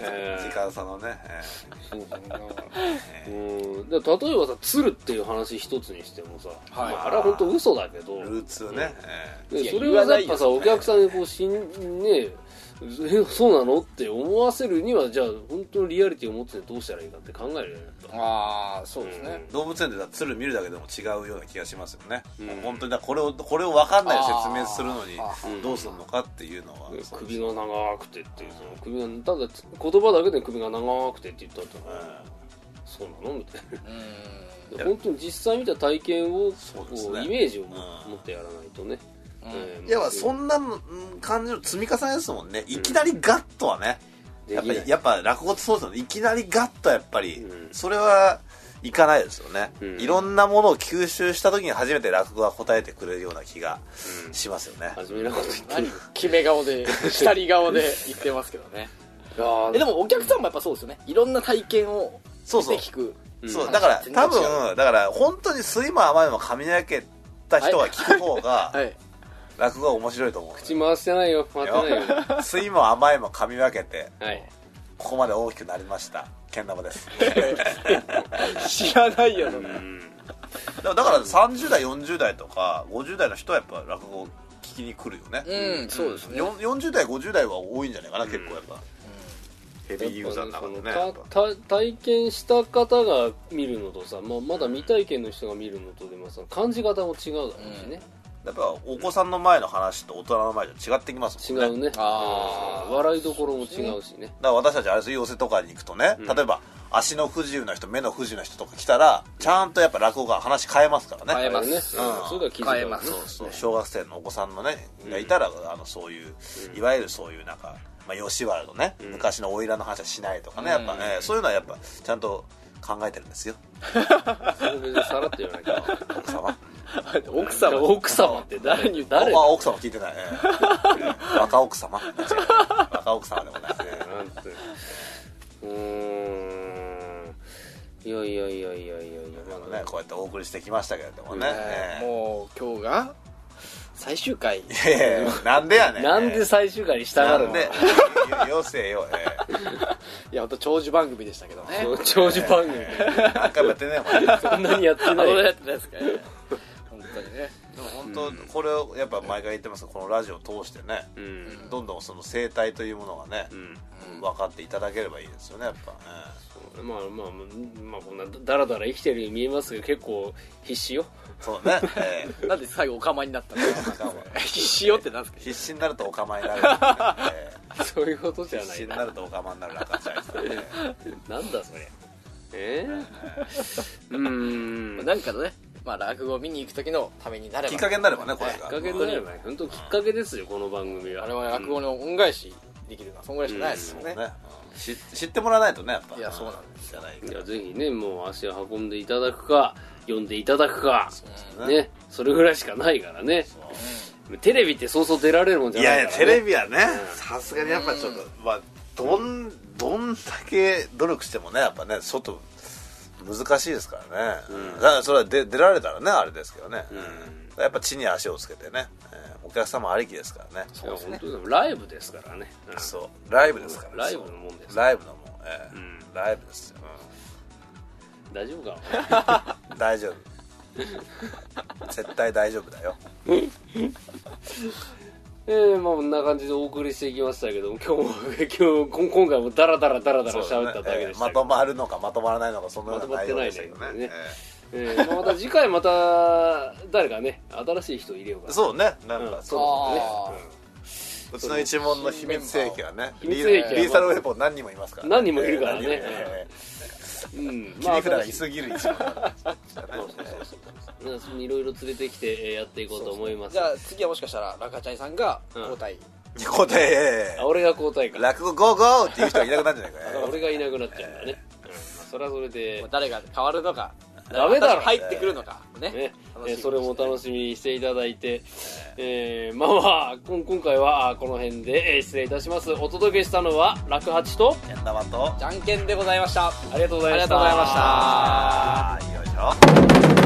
Speaker 2: え
Speaker 1: ー
Speaker 2: 時間差のね、え
Speaker 1: そうだなうんで例えばさ鶴っていう話一つにしてもさ、まあ、あれは本当嘘だけど
Speaker 2: えルーツね、ええ
Speaker 1: で
Speaker 5: いや
Speaker 1: それをやっぱさ
Speaker 5: 言
Speaker 1: お
Speaker 5: わないよ
Speaker 1: 客さんにこうしんねえそうなのって思わせるにはじゃあ本当にリアリティを持ってどうしたらいいかって考えるよねやっぱ
Speaker 5: ああそうですね、
Speaker 2: 動物園でだ鶴見るだけでも違うような気がしますよね、
Speaker 1: うん
Speaker 2: 本当にだからこれをこれを分かんないで説明するのに
Speaker 5: あ
Speaker 1: ー
Speaker 2: どうするのかっていうのは、
Speaker 1: で
Speaker 2: そう
Speaker 1: 首が長くてっていうその首がただ言葉だけで首が長くてって言ったら、そうなのみたいな
Speaker 5: うん
Speaker 1: で本当に実際見た体験をこ
Speaker 2: そう
Speaker 1: う
Speaker 2: ですね
Speaker 1: イメージをも
Speaker 2: うん
Speaker 1: 持ってやらないとね、えー
Speaker 2: いやまあそ
Speaker 1: ま
Speaker 2: んなうん感じの積み重ねですもんねいきなりガッとはね、
Speaker 1: で
Speaker 2: やっ
Speaker 1: き
Speaker 2: ぱ
Speaker 1: ない
Speaker 2: りやっぱ落語ってそうですよねいきなりガッとはやっぱり、
Speaker 1: うん
Speaker 2: それはいかないですよね、
Speaker 1: うん
Speaker 2: いろんなものを吸収した時に初めて落語が答えてくれるような気がしますよね、
Speaker 1: 真面目なこと言ってる
Speaker 5: 何決め顔で下り顔で言ってますけどね
Speaker 1: いや
Speaker 2: [laughs]
Speaker 1: ー
Speaker 5: えでもお客さんもやっぱそうですよねいろんな体験を
Speaker 2: そう
Speaker 5: し
Speaker 2: そう
Speaker 5: て聞く
Speaker 1: うん
Speaker 2: そうだから
Speaker 5: 全然
Speaker 2: 多
Speaker 5: 違う
Speaker 2: 分だから本当に酸いも甘いも髪の毛た人が聞く方が
Speaker 5: はい
Speaker 2: 落語は面白いと思う、
Speaker 1: 口回してないよ回って [laughs] ないよ
Speaker 2: 酸いも甘いも噛み分けて
Speaker 1: はい
Speaker 2: ここまで大きくなりましたけん
Speaker 1: [laughs]
Speaker 2: 玉です
Speaker 5: 知らないよそんな
Speaker 2: でもだから30代40代とか50代の人はやっぱ落語を聞きに来るよね、
Speaker 5: うんそうですね
Speaker 2: よん40代50代は多いんじゃないかな結構やっぱ、
Speaker 9: ヘビーユーザーの中でね
Speaker 1: やっぱそのたた体験した方が見るのとさ、まあ、まだ未体験の人が見るのとでもさ感じ方も違うだろうしね、
Speaker 2: やっぱお子さんの前の話と大人の前じゃ違ってきますもんね
Speaker 1: 違うね
Speaker 5: あー
Speaker 1: うん笑いどころも違うしね
Speaker 2: だから私たちあれですよ寄せとかに行くとね、例えば足の不自由な人目の不自由な人とか来たらちゃんとやっぱ落語が話変えますからね
Speaker 5: 変えます
Speaker 1: ね、
Speaker 2: うん
Speaker 1: それでは気づか
Speaker 5: 変えます
Speaker 2: そうそう小学生のお子さんのねがいたら、あのそういういわゆるそういうなんか、まあ、吉原のね、昔の花魁の話はしないとかねやっぱね、そういうのはやっぱちゃんと考えてるんですよ
Speaker 1: それ別にさらって言わないか
Speaker 2: 奥様
Speaker 5: 奥様
Speaker 1: 奥様って誰に誰
Speaker 2: あ奥様聞いてない、ええ若奥様違う若奥様でもないですね
Speaker 1: なんてうーんいやいやいやいやいやいや
Speaker 2: あの
Speaker 1: まあ
Speaker 2: ねこうやってお送りしてきましたけれどもね、
Speaker 5: え
Speaker 2: え
Speaker 5: ーもう今日が最終回
Speaker 2: えいやいやなんでやね
Speaker 1: [laughs]
Speaker 2: ん
Speaker 1: なんで最終回に従
Speaker 2: な
Speaker 1: うんの
Speaker 2: でよよせよ、え
Speaker 5: いや本当長寿番組でしたけどね
Speaker 1: 長寿番組
Speaker 2: え何回もやってねお前
Speaker 1: そんなにやってな
Speaker 5: あ
Speaker 1: い
Speaker 5: どうやってですかね本当にね
Speaker 2: でも本当、これをやっぱ毎回言ってますがこのラジオを通してね、
Speaker 1: うん
Speaker 2: どんどんその生態というものがね、
Speaker 1: ん
Speaker 2: 分かっていただければいいですよねやっぱ、
Speaker 1: まあまあまあ、まあ、こんなだらだら生きてるように見えますけど結構必死よ
Speaker 2: うんそうね、え
Speaker 5: なんで最後お構いに
Speaker 1: [laughs]
Speaker 5: なったの
Speaker 2: えなんかもう
Speaker 5: 必よってなんですか
Speaker 2: 必死になるとお釜になる、え
Speaker 1: そういうことじ
Speaker 2: え
Speaker 1: ゃ
Speaker 2: 必
Speaker 1: な
Speaker 2: 死に
Speaker 1: い
Speaker 2: なるとお釜になる赤ちゃんですね、
Speaker 1: なんだそれえー、うーん
Speaker 5: なんかのねまあ落語を見に行く時のためになれば
Speaker 2: きっかけになればねこれ
Speaker 5: は
Speaker 2: が
Speaker 1: きっかけになればね本当きっかけですよこの番組は
Speaker 5: 我々落語の恩返しできるのはそんぐらいしかないですよ
Speaker 2: そう
Speaker 5: ね
Speaker 2: ね、うん知知ってもらわないとねやっぱ
Speaker 5: いやそうなん
Speaker 2: ですじゃない
Speaker 1: いやぜひねもう足を運んでいただくか読んでいただくか
Speaker 2: ね
Speaker 1: ねそれぐらいしかないからねテレビってそうそう出られるもんじゃ
Speaker 9: い
Speaker 1: な
Speaker 9: や
Speaker 1: い
Speaker 9: い
Speaker 1: か
Speaker 9: や
Speaker 1: ら、ね、
Speaker 9: テレビはねさすがにやっぱちょっと、まあどんどんだけ
Speaker 2: 努力してもねやっぱね外難しいですからね、だからそれは出出られたらねあれですけどね、やっぱ地に足をつけてね、えーお客様ありきですからね
Speaker 1: いや本当でもライブですからね、うん
Speaker 2: そうライブですから
Speaker 1: ライブのもんです
Speaker 2: ライブのもん、ええ
Speaker 1: うん
Speaker 2: ライブですよ、
Speaker 1: 大丈夫か
Speaker 2: うん
Speaker 1: [laughs]
Speaker 2: 大丈夫絶対大丈夫だよ
Speaker 1: えー、まあこんな感じでお送りしていきましたけども今日も [laughs] 今日こん今回もダラダラダラダラ喋っただけでした
Speaker 2: ま
Speaker 1: けど
Speaker 2: とまるのかまとまらないのかそんなような内容でしたけど
Speaker 1: まとまってないね
Speaker 2: ね
Speaker 9: ね
Speaker 1: えーまあまた次回また誰かね新しい人入れようかな
Speaker 2: そうねなんか、
Speaker 1: うん
Speaker 2: そう
Speaker 1: そうだ
Speaker 5: あ
Speaker 1: ね、
Speaker 2: うちの一門の秘密兵器はね
Speaker 1: 秘
Speaker 2: リ
Speaker 1: 密
Speaker 2: ー
Speaker 1: 兵器は
Speaker 2: リーサルウェポン何人もいますから、
Speaker 1: 何人もいるからね
Speaker 2: えー何人もいるえ
Speaker 1: うんうん
Speaker 2: ー切り札がい
Speaker 1: ま
Speaker 2: すぎる一門
Speaker 1: あそうそうそうそういろいろ連れてきてえーやっていこうと思いま
Speaker 5: あ
Speaker 1: す
Speaker 5: じゃあ次はもしかしたらラカチャイさんが
Speaker 1: うん
Speaker 5: 交代、
Speaker 2: ここで
Speaker 1: あ俺が交代か
Speaker 2: 落語ゴーゴーっていう人がいなくなるんじゃないかね
Speaker 1: 俺がいなくなっちゃうからね、うんまあそれはそれで
Speaker 5: まあ誰が変わるのか
Speaker 1: ダメだろ
Speaker 5: 入ってくるのかね
Speaker 1: ね
Speaker 5: 楽しみ
Speaker 1: え
Speaker 5: で
Speaker 1: ー
Speaker 5: すね
Speaker 1: それもお楽しみにしていただいて、えーまあまあこん今回はあーこの辺でえー失礼いたしますお届けしたのは楽八と
Speaker 2: けん玉と
Speaker 1: [laughs]
Speaker 5: じゃんけんでございました
Speaker 1: ありがとうございました
Speaker 5: ありがとうございまし
Speaker 2: あ
Speaker 5: た
Speaker 2: ーよいしょ